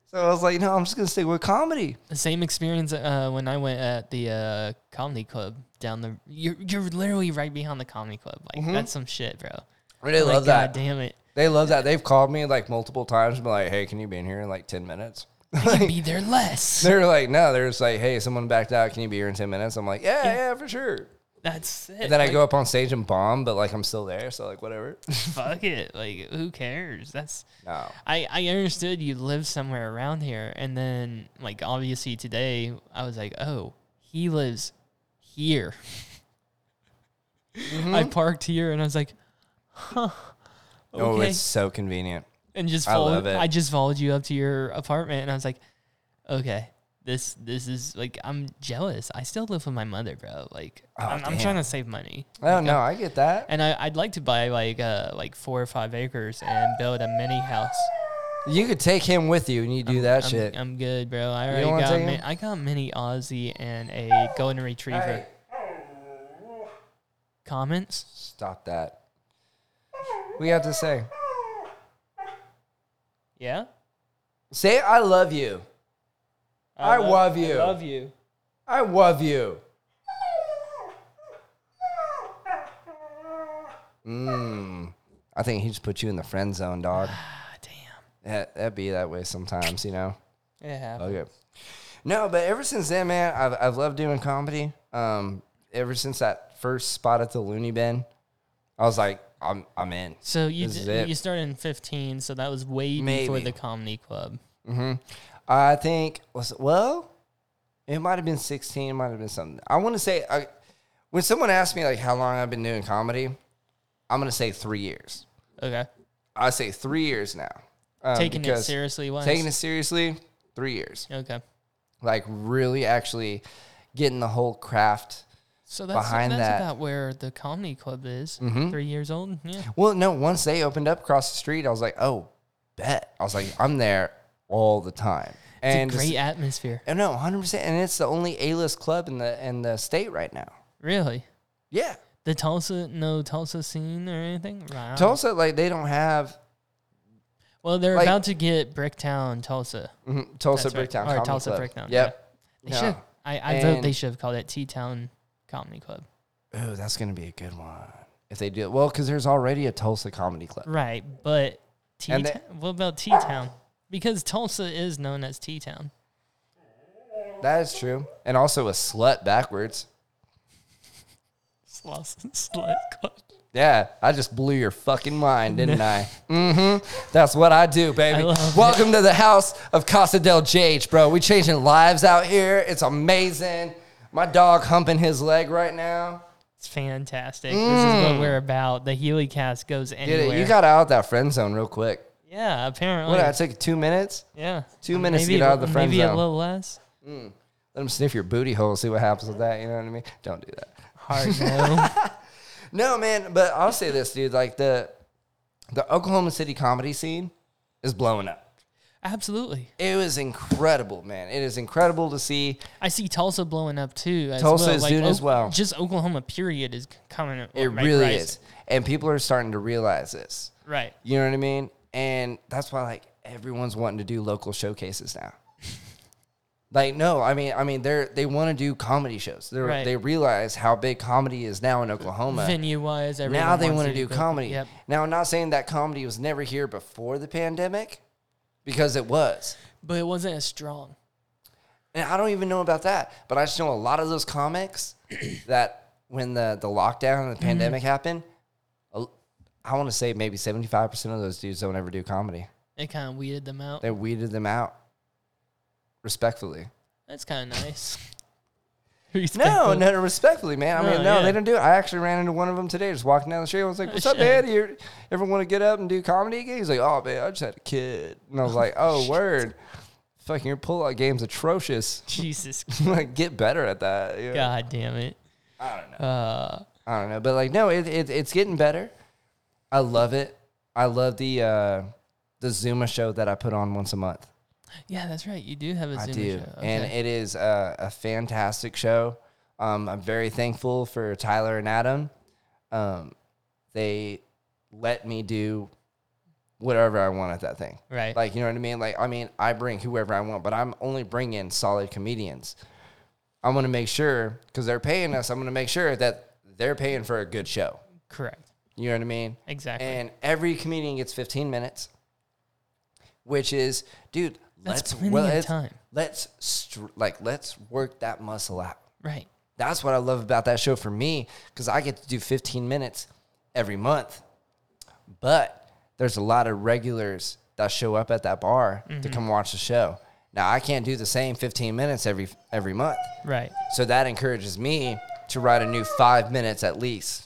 so I was like, no, I'm just gonna stick with comedy. The same experience uh, when I went at the uh, comedy club down the. You're, you're literally right behind the comedy club. Like that's some shit, bro. Mm-hmm. Really Like, love that. God damn it. They love that. They've called me like multiple times and been like, hey, can you be in here in like 10 minutes? Like, Be there less. they're like, no, they're just like, hey, someone backed out. Can you be here in 10 minutes? I'm like, yeah, yeah, for sure. That's it. And then I Like, go up on stage and bomb, but like I'm still there, so like whatever. fuck it. Like, who cares? That's no. I, I understood you live somewhere around here. And then, like, obviously today, I was like, oh, he lives here. I Mm-hmm. parked here and I was like, huh. Oh, Okay. it's so convenient. and just I followed, I, love it. just followed you up to your apartment and I was like, okay, this this is like, I'm jealous. I still live with my mother, bro. Like, I'm, I'm trying to save money. Oh no, I get that. And I, I'd like to buy like uh like four or five acres and build a mini house. You could take him with you and you do that I'm, shit. I'm good, bro. I don't already wanna got take mi- him? I got mini Aussie and a golden retriever. Comments? Stop that. We have to say. Yeah. Say I love you. I lo- love you. I love you. I love you. Mmm. I think he just put you in the friend zone, dog. Ah, damn. That that be that way sometimes, you know. It happened. Okay. No, but ever since then, man, I've I've loved doing comedy. Um, ever since that first spot at the Looney Bin, I was like, I'm I'm in. So you This is d- it. you started in 15, so that was way before Maybe. the comedy club. Mm-hmm. I think was well, it might have been sixteen, it might have been something. I want to say, I, when someone asks me like how long I've been doing comedy, I'm gonna say three years. Okay. I say three years now. Um, Taking it because- seriously was. Taking it seriously, three years. Okay. Like really, actually getting the whole craft. So that's, Behind that's that- Mm-hmm. about where the comedy club is. Three years old. Yeah. Well, no, once they opened up across the street, I was like, oh, bet. I was like, I'm there all the time. And it's a great atmosphere. and no, 100%. And it's the only A-list club in the in the state right now. Really? Yeah. The Tulsa, no Tulsa scene or anything? Wow. Tulsa, like, they don't have Well, they're like- about to get Bricktown, Tulsa. mhm, Tulsa That's right. Bricktown Or Comedy Tulsa Club. Bricktown, Yep. They No. should. I, I vote they And- should have called it T Town Comedy Club. Oh, that's going to be a good one. If they do it. Well, because there's already a Tulsa Comedy Club. Right, but T And they- Town. What about T Town? Because Tulsa is known as T Town. That is true. And also a slut backwards. Slut Club. Yeah, I just blew your fucking mind, didn't I? Mm-hmm. That's what I do, baby. I love Welcome to the house of Casa del JH, bro. We changing lives out here. It's amazing. My dog humping his leg right now. It's fantastic. This is what we're about. The Healy cast goes Mm. Get anywhere. it? You got out that friend zone real quick. Oh, yeah, apparently. What? I took two minutes. yeah. two minutes to get out of the friend maybe a zone. little less. Let him sniff your booty hole. See what happens with that. You know what I mean? Don't do that. Hard no. No, man. But I'll say this, dude. Like the the Oklahoma City comedy scene is blowing up. Absolutely. It was incredible, man. It is incredible to see. I see Tulsa blowing up too. As Tulsa well. is doing as well. Just Oklahoma, period, is coming. up- It right, really right. is. And people are starting to realize this. Right. You know what I mean? And that's why like everyone's wanting to do local showcases now. like no, I mean I mean they're they want to do comedy shows. They Right. are they realize how big comedy is now in Oklahoma. Venue wise, now they want to do go- comedy. Yep. Now I'm not saying that comedy was never here before the pandemic because it was. But it wasn't as strong. And I don't even know about that, but I just know a lot of those comics that when the, the lockdown and the pandemic happened, a- I want to say maybe 75% of those dudes don't ever do comedy. It kind of weeded them out. They weeded them out respectfully. That's kind of nice. No, Respectful. no, respectfully, man. I No, mean, no, yeah. they don't do it. I actually ran into one of them today, just walking down the street. I was like, "What's up, shit. man? You ever want to get up and do comedy again?" He's like, "Oh, man, I just had a kid," and I was like, "Oh, word, fucking your pull-out game's atrocious. Jesus. like, get better at that." you know? God damn it. Uh, I don't know, but like, no, it, it it's getting better. I love it. I love the uh the Zuma show that I put on once a month. Yeah, that's right. You do have a I Zoom do, show. and Okay. it is a, a fantastic show. Um, I'm very thankful for Tyler and Adam. Um, they let me do whatever I want at that thing. Right. Like you know what I mean? Like I mean, I bring whoever I want, but I'm only bringing solid comedians. I'm gonna make sure because they're paying us. I'm gonna make sure that they're paying for a good show. Correct. You know what I mean? Exactly. And every comedian gets 15 minutes, which is, dude, That's let's plenty of let's, time. Let's str- like let's work that muscle out. Right. That's what I love about that show for me because I get to do 15 minutes every month. But there's a lot of regulars that show up at that bar Mm-hmm. to come watch the show. Now I can't do the same 15 minutes every every month. Right. So that encourages me to write a new 5 minutes at least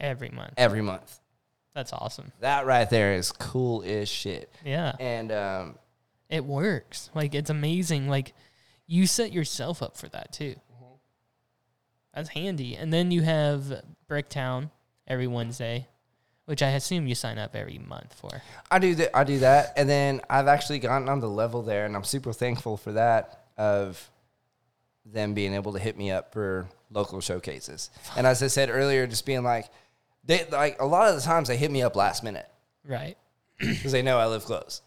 Every month. every month. That's awesome. That right there is cool as shit. Yeah. And um It works. Like it's amazing. Like you set yourself up for that too. Mm-hmm. That's handy. And then you have Bricktown every Wednesday, which I assume you sign up every month for. I do that. I do that, and then I've actually gotten on the level there, and I'm super thankful for that of them being able to hit me up for local showcases. And as I said earlier, just being like, they like a lot of the times they hit me up last minute Right. because they know I live close,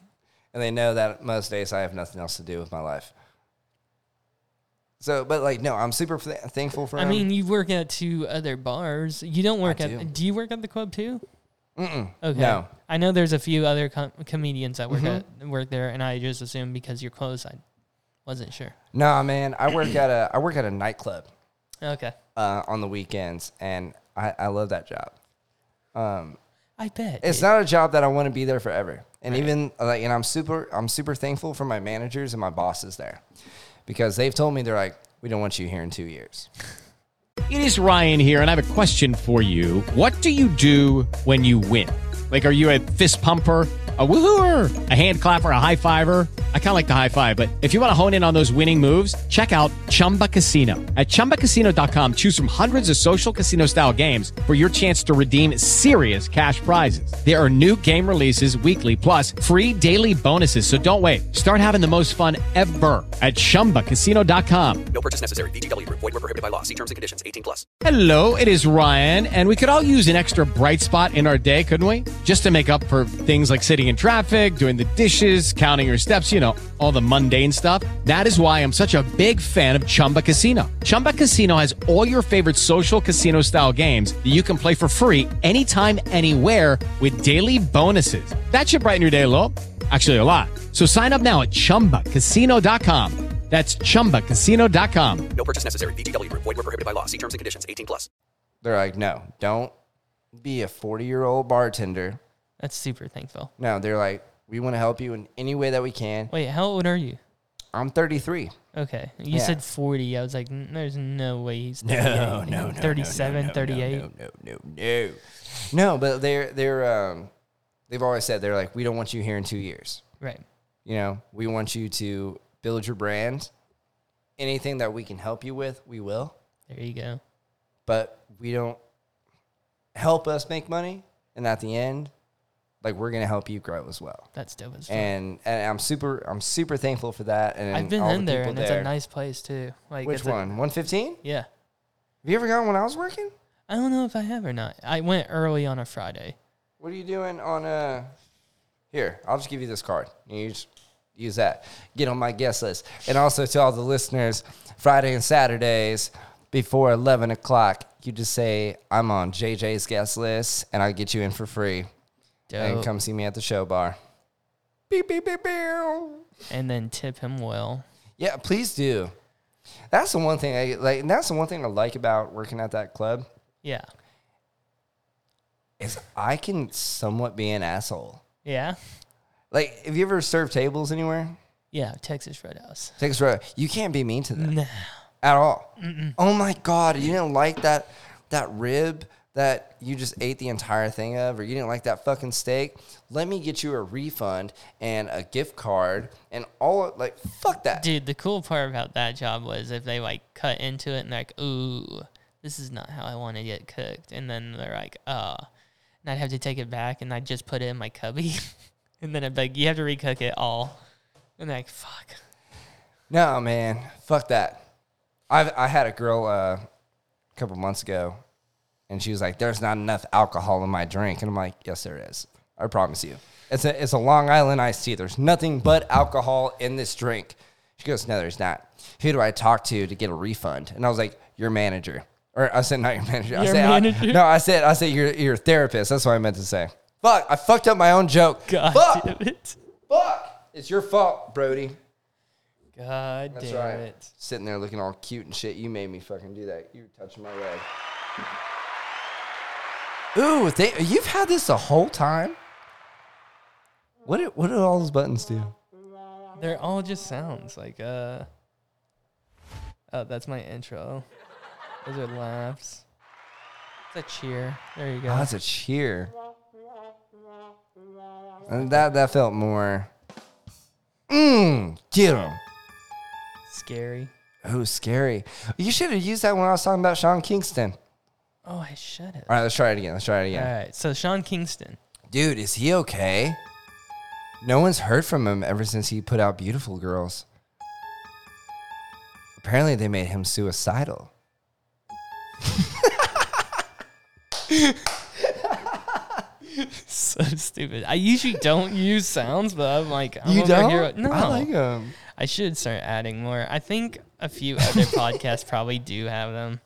and they know that most days I have nothing else to do with my life. So, but like, no, I'm super th- thankful for. I 'em. mean, you work at two other bars. You don't work at. do. Do. you work at the club too? Mm-mm. Okay. no. Mm-hmm. I know there's a few other com- comedians that work at, work there, and I just assumed because you're close, I wasn't sure. nah, man, I work at a I work at a nightclub. Okay. uh, on the weekends, and I, I love that job. I bet. It's not a job that I want to be there forever, and even like, and I'm super, I'm super thankful for my managers and my bosses there, because they've told me they're like, we don't want you here in two years. It is Ryan here, and I have a question for you. What do you do when you win? Like, are you a fist pumper? A woohooer, a hand clapper, a high fiver. I kind of like the high five, but if you want to hone in on those winning moves, check out Chumba Casino. At chumbacasino.com, choose from hundreds of social casino style games for your chance to redeem serious cash prizes. There are new game releases weekly, plus free daily bonuses. So don't wait. Start having the most fun ever at chumbacasino.com. Hello, it is Ryan, and we could all use an extra bright spot in our day, couldn't we? Just to make up for things like sitting in traffic, doing the dishes, counting your steps, you know, all the mundane stuff. That is why I'm such a big fan of Chumba Casino. Chumba Casino has all your favorite social casino style games that you can play for free anytime, anywhere with daily bonuses. That should brighten your day, a little. Actually, a lot. So sign up now at chumbacasino.com. That's chumbacasino.com. They're like, no, don't be a 40 year old bartender. That's super thankful. No, they're like, we want to help you in any way that we can. Wait, how old are you? I'm 33. Okay. Yeah. You said 40. I was like, "N- there's no way he's 38. No, no, no, 37, no, no, 38. No, no, no, no, no. No, but they're they're um, they've always said they're like, we don't want you here in two years. Right. You know, we want you to build your brand. Anything that we can help you with, we will. There you go. But we don't help us make money, and at the end, like we're gonna help you grow as well. That's dope as fuck. And and I'm super I'm super thankful for that. And I've been all in the there, people and there. it's a nice place too. Like Which it's a- one? One fifteen? yeah. Have you ever gone when I was working? I don't know if I have or not. I went early on a Friday. What are you doing on uh here, I'll just give you this card. You just use that. Get on my guest list. And also to all the listeners, Friday and Saturdays before eleven o'clock, you just say, I'm on JJ's guest list and I'll get you in for free. And Dope. come see me at the show bar. Beep beep beep beep. and then tip him well. Yeah, please do. That's the one thing I like and that's the one thing I like about working at that club Yeah. is I can somewhat be an asshole. Yeah. Like, have you ever served tables anywhere? Yeah. Texas Roadhouse. Take us right. You can't be mean to them at all. Oh my god, you didn't like that that rib that you just ate the entire thing of, or you didn't like that fucking steak. Let me get you a refund and a gift card and all like fuck that. Dude, the cool part about that job was if they like cut into it and like, ooh, this is not how I want to get cooked. And then they're like, oh. And I'd have to take it back and I'd just put it in my cubby. and then I'd be like, you have to recook it all. And like, fuck. No man, fuck that. I I had a girl uh, a couple months ago, and she was like, "There's not enough alcohol in my drink," and I'm like, "Yes, there is. I promise you. It's a it's a Long Island iced tea. There's nothing but alcohol in this drink." She goes, "No, there's not. Who do I talk to to get a refund?" And I was like, "Your manager." Or I said, "Not your manager." I Your said, I- manager. "No, I said I said your your therapist." That's what I meant to say. Fuck! I fucked up my own joke. God Fuck! damn it. Fuck! It's your fault, Brody. God That's damn right. it. Sitting there looking all cute and shit. You made me fucking do that. You were touching my leg. Ooh, they, you've had this the whole time. What do, what do all those buttons do? Oh, They're all just sounds like uh Oh, that's my intro. Those are laughs. It's a cheer. There you go. Oh, that's a cheer. And that that felt more. Mmm, get him. Scary. Oh, scary. You should have used that when I was talking about Sean Kingston. Oh, I shut it. All right, let's try it again. Let's try it again. All right. So Sean Kingston. Dude, is he okay? No one's heard from him ever since he put out Beautiful Girls. Apparently, they made him suicidal. so stupid. I usually don't use sounds, but I'm like, I'm You over don't? Here. No, I like 'em. I should start adding more. I think a few other podcasts probably do have them.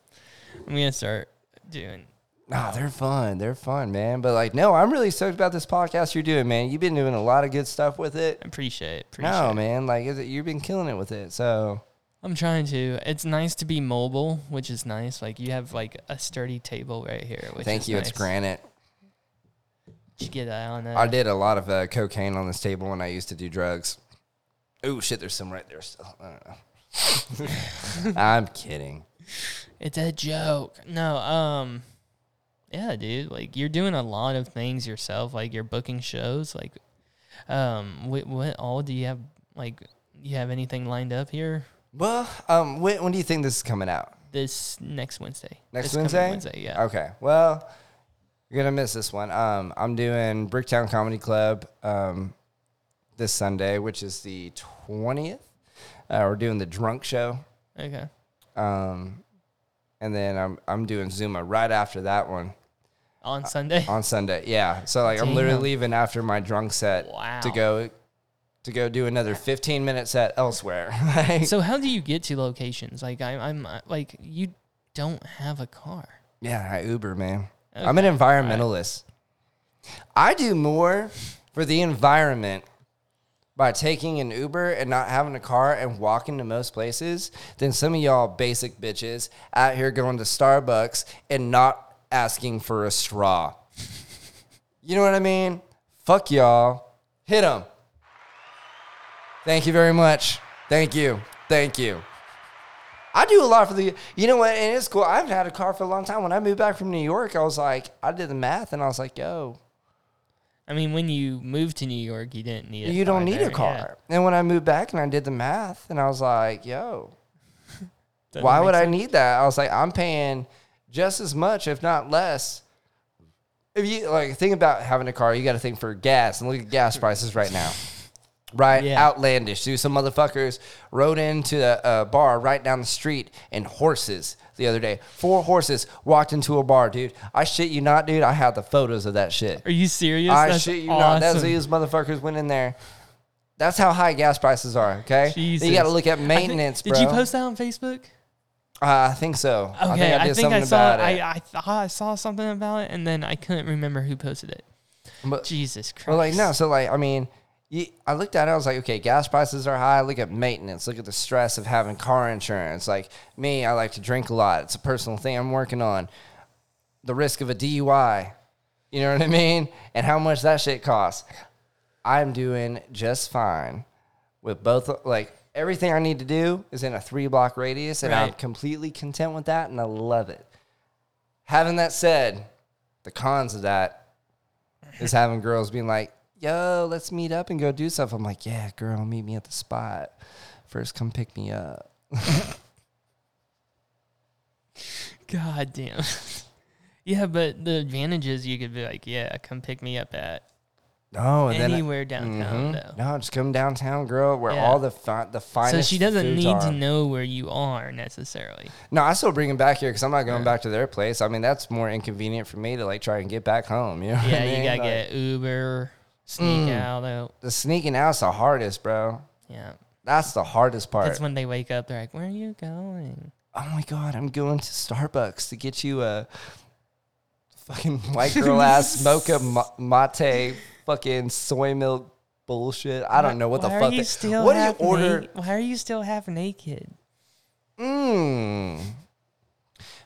I'm gonna start doing. Nah, they're fun. They're fun, man. But like, no, I'm really stoked about this podcast you're doing, man. You've been doing a lot of good stuff with it. Appreciate it. Appreciate No, it. man. Like, is it, you've been killing it with it. So, I'm trying to. It's nice to be mobile, which is nice. Like you have like a sturdy table right here. Which thank is you. It's nice. granite. Did you get that on that? I did a lot of uh, cocaine on this table when I used to do drugs. Oh shit, there's some right there still. I don't know. I'm kidding. It's a joke. No, um yeah, dude, like you're doing a lot of things yourself, like you're booking shows, like um what, what all do you have like you have anything lined up here Well, um, when, when do you think this is coming out? this next Wednesday? Next This coming Wednesday? Wednesday, yeah. Okay. Well, you're gonna miss this one. Um, I'm doing Bricktown Comedy Club um, this Sunday, which is the 20th. Uh, we're doing the drunk show. Okay. Um, and then I'm I'm doing Zuma right after that one. On Sunday. on Sunday. Yeah. So like I'm Damn. literally leaving after my drunk set to Wow. go to go do another 15 minute set elsewhere. Like, so how do you get to locations? Like I I'm uh, like you don't have a car. yeah, I Uber, man. I'm an environmentalist. I do more for the environment by taking an Uber and not having a car and walking to most places than some of y'all basic bitches out here going to Starbucks and not asking for a straw. You know what I mean? Fuck y'all. Hit them. Thank you very much. Thank you. Thank you. I do a lot for the. You know what? And it's cool. I haven't had a car for a long time. When I moved back from New York, I was like, I did the math, and I was like, yo, I mean, when you moved to New York, you didn't need a you don't car need there, a car. And when I moved back, and I did the math, and I was like, yo, Yeah. why would I need that? I was like, I'm paying just as much, if not less. If you like think about having a car, you got to think for gas and look at gas prices right now. Right, Yeah. outlandish. Dude, some motherfuckers rode into a, a bar right down the street and horses the other day. Four horses walked into a bar, dude. I shit you not, dude. I have the photos of that shit. Are you serious? I That's shit you not. awesome. That's these motherfuckers went in there. That's how high gas prices are. Okay, Jesus. you got to look at I think- maintenance, Did you bro. post that on Facebook? Uh, I think so. Okay, I think I did something saw. about it. I I thought I saw something about it, and then I couldn't remember who posted it. But- Jesus Christ! Well, like no, so like I mean, you, I looked at it. I was like, okay, gas prices are high. Look at maintenance. Look at the stress of having car insurance. Like me, I like to drink a lot. It's a personal thing I'm working on. The risk of a DUI. You know what I mean? And how much that shit costs. I'm doing just fine with both. Like everything I need to do is in a three block radius, and I'm Right. completely content with that, and I love it. Having that said, the cons of that is having girls being like, "Yo, let's meet up and go do stuff." I'm like, "Yeah, girl, meet me at the spot. First, come pick me up." God damn. yeah, but the advantage is you could be like, yeah, come pick me up at No, and then Mm-hmm. anywhere downtown though. no, just come downtown, girl, where Yeah. all the fi- the So finest. she doesn't foods need to are. know where you are necessarily. No, I still bring them back here because I'm not going back to their place. I mean, that's more inconvenient for me to like try and get back home. You know? what I Yeah, mean? you gotta Like, Mm. get Uber, sneak out though. the sneaking out's the hardest, bro. Yeah, That's the hardest part. that's when they wake up. They're like, "Where are you going?" oh my god, I'm going to Starbucks to get you a fucking white girl ass mocha ma- mate, fucking soy milk bullshit. I don't know what the Why fuck. Are you they- still what do you half order? na- why are you still half naked? Mmm.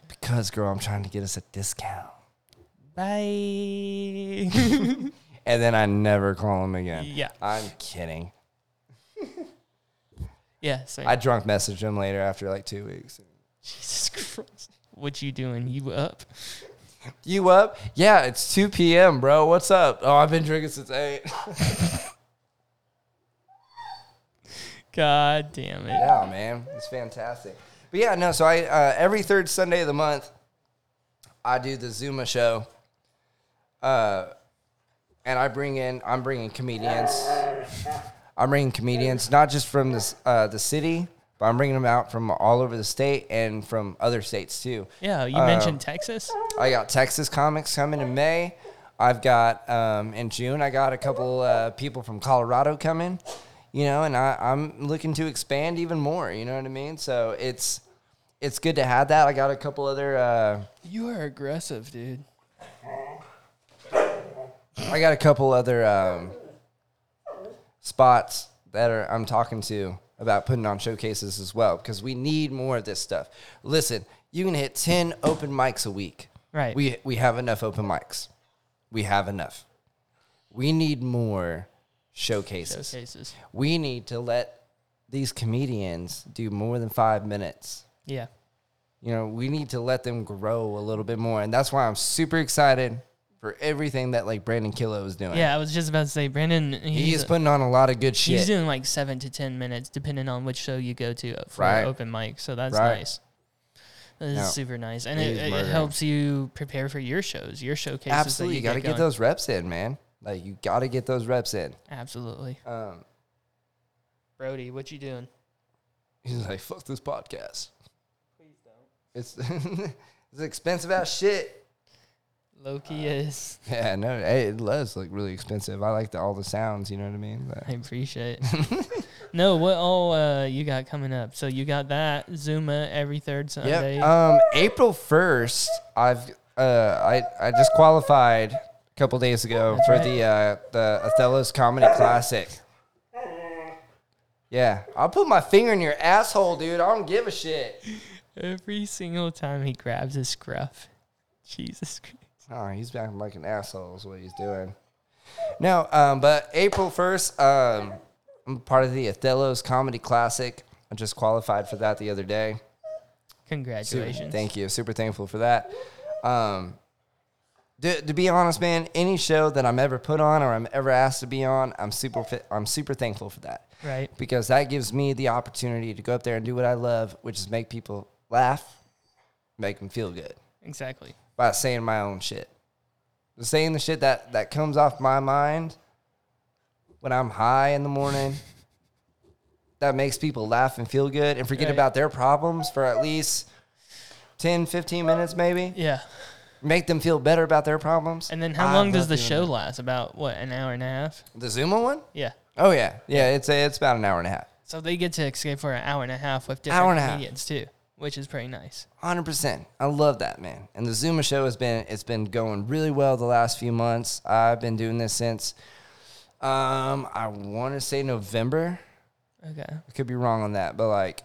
Because, girl, I'm trying to get us a discount. Bye. And then I never call him again. Yeah. I'm kidding. yeah. So I drunk messaged him later after like two weeks. Jesus Christ, what you doing? You up? You up? Yeah, it's 2 p.m., bro. What's up? Oh, I've been drinking since 8. God damn it. yeah, man. It's fantastic. But yeah, no, so I uh, every third Sunday of the month, I do the Zuma show. Uh, and I bring in, I'm bringing comedians. I'm bringing comedians, not just from this, uh, the city, but I'm bringing them out from all over the state and from other states too. Yeah, you Uh, mentioned Texas. I got Texas comics coming in May. I've got um, in June. I got a couple uh, people from Colorado coming. You know, and I, I'm looking to expand even more. You know what I mean? So it's it's good to have that. I got a couple other. Uh, You are aggressive, dude. I got a couple other um, spots that are I'm talking to about putting on showcases as well because we need more of this stuff. Listen, you can hit ten open mics a week. Right. We we have enough open mics. We have enough. We need more showcases. Showcases. We need to let these comedians do more than five minutes Yeah. you know, we need to let them grow a little bit more. And that's why I'm super excited for everything that like Brandon Killo is doing. Yeah, I was just about to say, Brandon. He's, He is putting on a lot of good He's shit. doing like seven to ten minutes, depending on which show you go to uh, for Right. open mic. So that's Right. nice. That is Yeah. super nice, and He it, is it murdering. helps you prepare for your shows, your showcases. Absolutely. You got to get those reps in, man. Like you got to get those reps in. Absolutely, Um, Brody. What you doing? he's like, fuck this podcast. Please don't. It's, it's expensive ass shit. Loki is. Yeah, no, hey, it does look really expensive. I like the, all the sounds. You know what I mean? But- I appreciate. it. no, what all uh, you got coming up? So you got that Zuma every third Sunday. Yep. Um, April first, I've uh, I I just qualified a couple days ago for the uh, the Othello's Comedy Classic. Yeah, I'll put my finger in your asshole, dude. I don't give a shit. Every single time he grabs his scruff. Jesus Christ. Oh, he's acting like an asshole is what he's doing. No, um, but April first, um, I'm part of the Othello's Comedy Classic. I just qualified for that the other day. Super- Congratulations. thank you. Super thankful for that. Um, to, to be honest, man, any show that I'm ever put on or I'm ever asked to be on, I'm super fit, I'm super thankful for that Right. because that gives me the opportunity to go up there and do what I love, which is make people laugh, make them feel good Exactly. by saying my own shit. Saying the shit that, that comes off my mind when I'm high in the morning that makes people laugh and feel good and forget Right. about their problems for at least 10, 15 minutes, maybe. Yeah. Make them feel better about their problems. And then how I long does love the doing show last? About what, an hour and a half? that. The Zuma one? Yeah. Oh, yeah. Yeah, it's, a, it's about an hour and a half. So they get to escape for an hour and a half with different Hour and a half. comedians too, which is pretty nice. Hundred percent. I love that man. And the Zuma show has been it's been going really well the last few months. I've been doing this since um I want to say November. Okay. I could be wrong on that, but like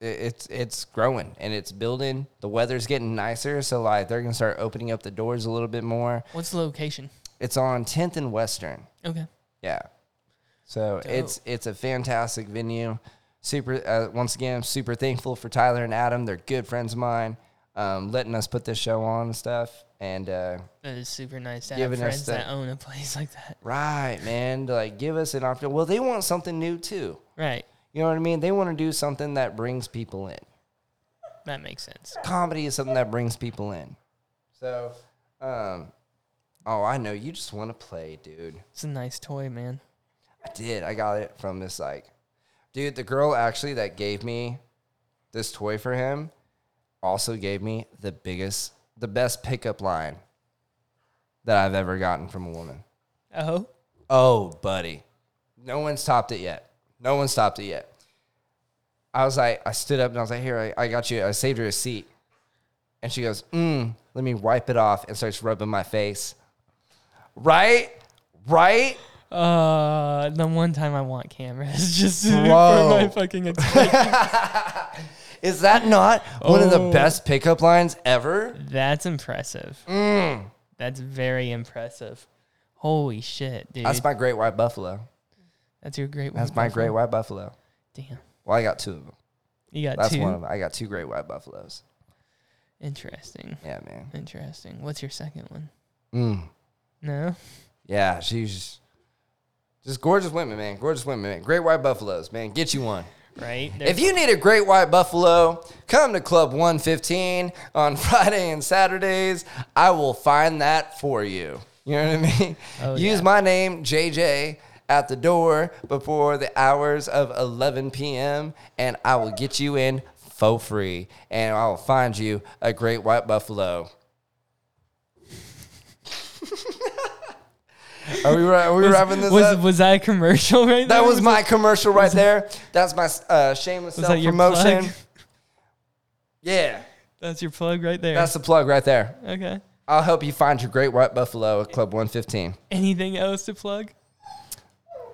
it, it's it's growing and it's building. The weather's getting nicer, so like they're gonna start opening up the doors a little bit more. What's the location? It's on Tenth and Western. Okay. Yeah. So it's it's a fantastic venue. Super. Uh, once again, I'm super thankful for Tyler and Adam. They're good friends of mine, um, letting us put this show on and stuff. And uh, That is super nice to have Giving us friends that that- own a place like that. right, man, to, like give us an option. Well, they want something new too. Right. You know what I mean? They want to do something that brings people in. That makes sense. Comedy is something that brings people in. So, um, oh, I know you just want to play, dude. It's a nice toy, man. I did. I got it from this like dude, the girl actually that gave me this toy for him also gave me the biggest the best pickup line that I've ever gotten from a woman. Oh. Oh, buddy. No one stopped it yet. No one stopped it yet. I was like, I stood up and I was like, here, I, I got you. I saved her a seat. And she goes, mm, let me wipe it off and starts rubbing my face. Right? Right? Uh, the one time I want cameras just for Bro. my fucking expression. Is that not one of Oh. the best pickup lines ever? That's impressive. Mm. That's very impressive. Holy shit, dude. That's my great white buffalo. That's your great. That's white my buffalo. great white buffalo. Damn. Well, I got two of them. You got That's two. one of them. I got two great white buffaloes. Interesting. Yeah, man. Interesting. What's your second one? Mm. No. Yeah, she's just, just gorgeous women, man. Gorgeous women, man. Great white buffaloes, man. Get you one. Right. If you need a great white buffalo, come to Club 115 on Friday and Saturdays. I will find that for you. You know what I mean? Oh, Use yeah. my name, JJ, at the door before the hours of 11 p.m., and I will get you in for free, and I will find you a great white buffalo. Are we, ri- are we wrapping this was up? was that a commercial right there? That was my commercial right there. That's my uh, shameless Was that self your plug? promotion. Yeah, That's your plug right there. that's the plug right there. okay. I'll help you find your great white buffalo at Club 115. Anything else to plug?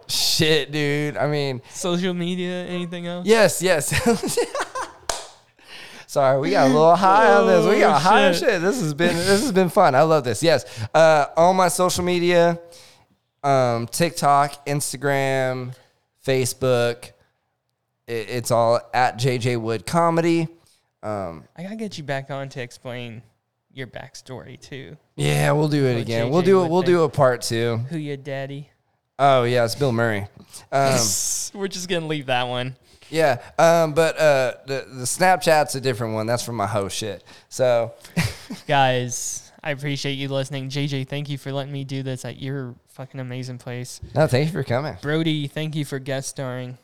Shit, dude. I mean, Social media? Anything else? yes, yes. Sorry, we got a little high on this. We Oh, got high on shit. shit. This has been this has been fun. I love this. Yes, uh, all my social media, um, TikTok, Instagram, Facebook. It, it's all at JJ Wood Comedy. Um, I gotta get you back on to explain your backstory too. Yeah, we'll do it What again. JJ We'll do it. would We'll think. do a part two. Who your daddy? Oh yeah, it's Bill Murray. Um, We're just gonna leave that one. yeah, um, but uh, the the Snapchat's a different one. That's from my host shit. So Guys, I appreciate you listening. JJ, thank you for letting me do this at your fucking amazing place. no, thank you for coming. Brody, thank you for guest starring.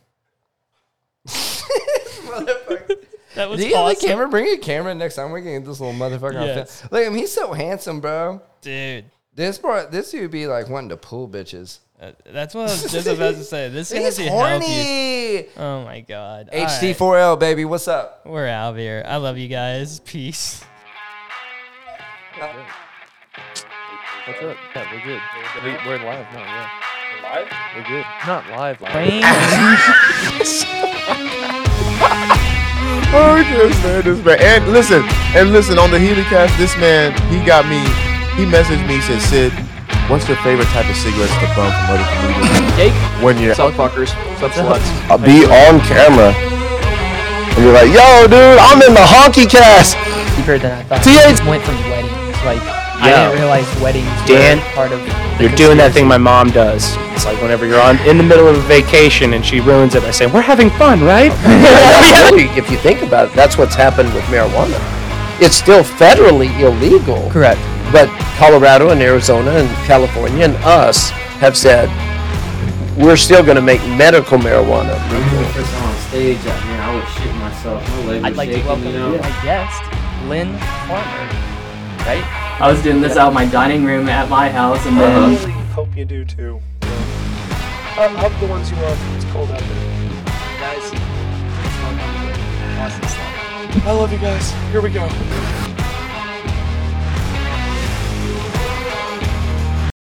that was Do you have awesome. a camera? Bring a camera next time. We can get this little motherfucker. Yes. On film. Look at him. He's so handsome, bro. Dude, This bro, this would be like wanting to pull bitches. uh, that's what I was just about to say. This He's is help you. horny. Oh my god. All right, HD4L baby, what's up? We're out of here. I love you guys. Peace. What's up? Yeah, we're good. We, we're live now, yeah. Live? We're good. Not live, live. Oh, this man, this man. And listen, and listen, on the Healycast, this man, he got me, he messaged me, said, Sid, what's your favorite type of cigarettes to bum from other comedians? When you're Suck fuckers. Suck sluts. I'll be on camera. And you're like, yo, dude, I'm in the honky cast. deeper than I thought. TH went from weddings. Like I Yeah. didn't realize weddings Dan, were part of. You're doing that thing my mom does. It's like whenever you're on in the middle of a vacation and she ruins it. I say, "We're having fun, right?" Really, if you think about it, that's what's happened with marijuana. It's still federally illegal. Correct. But Colorado and Arizona and California and us have said we're still going to make medical marijuana. Remember the first time on stage, I, man, I was shitting myself. My leg was I'd like shaking, to welcome you know? my guest, Lynn Farmer. Right? I was doing this out in my dining room at my house, and Uh-huh. then Hope you do too. I love the ones you love. It's cold out there. Guys, I love you guys. Here we go.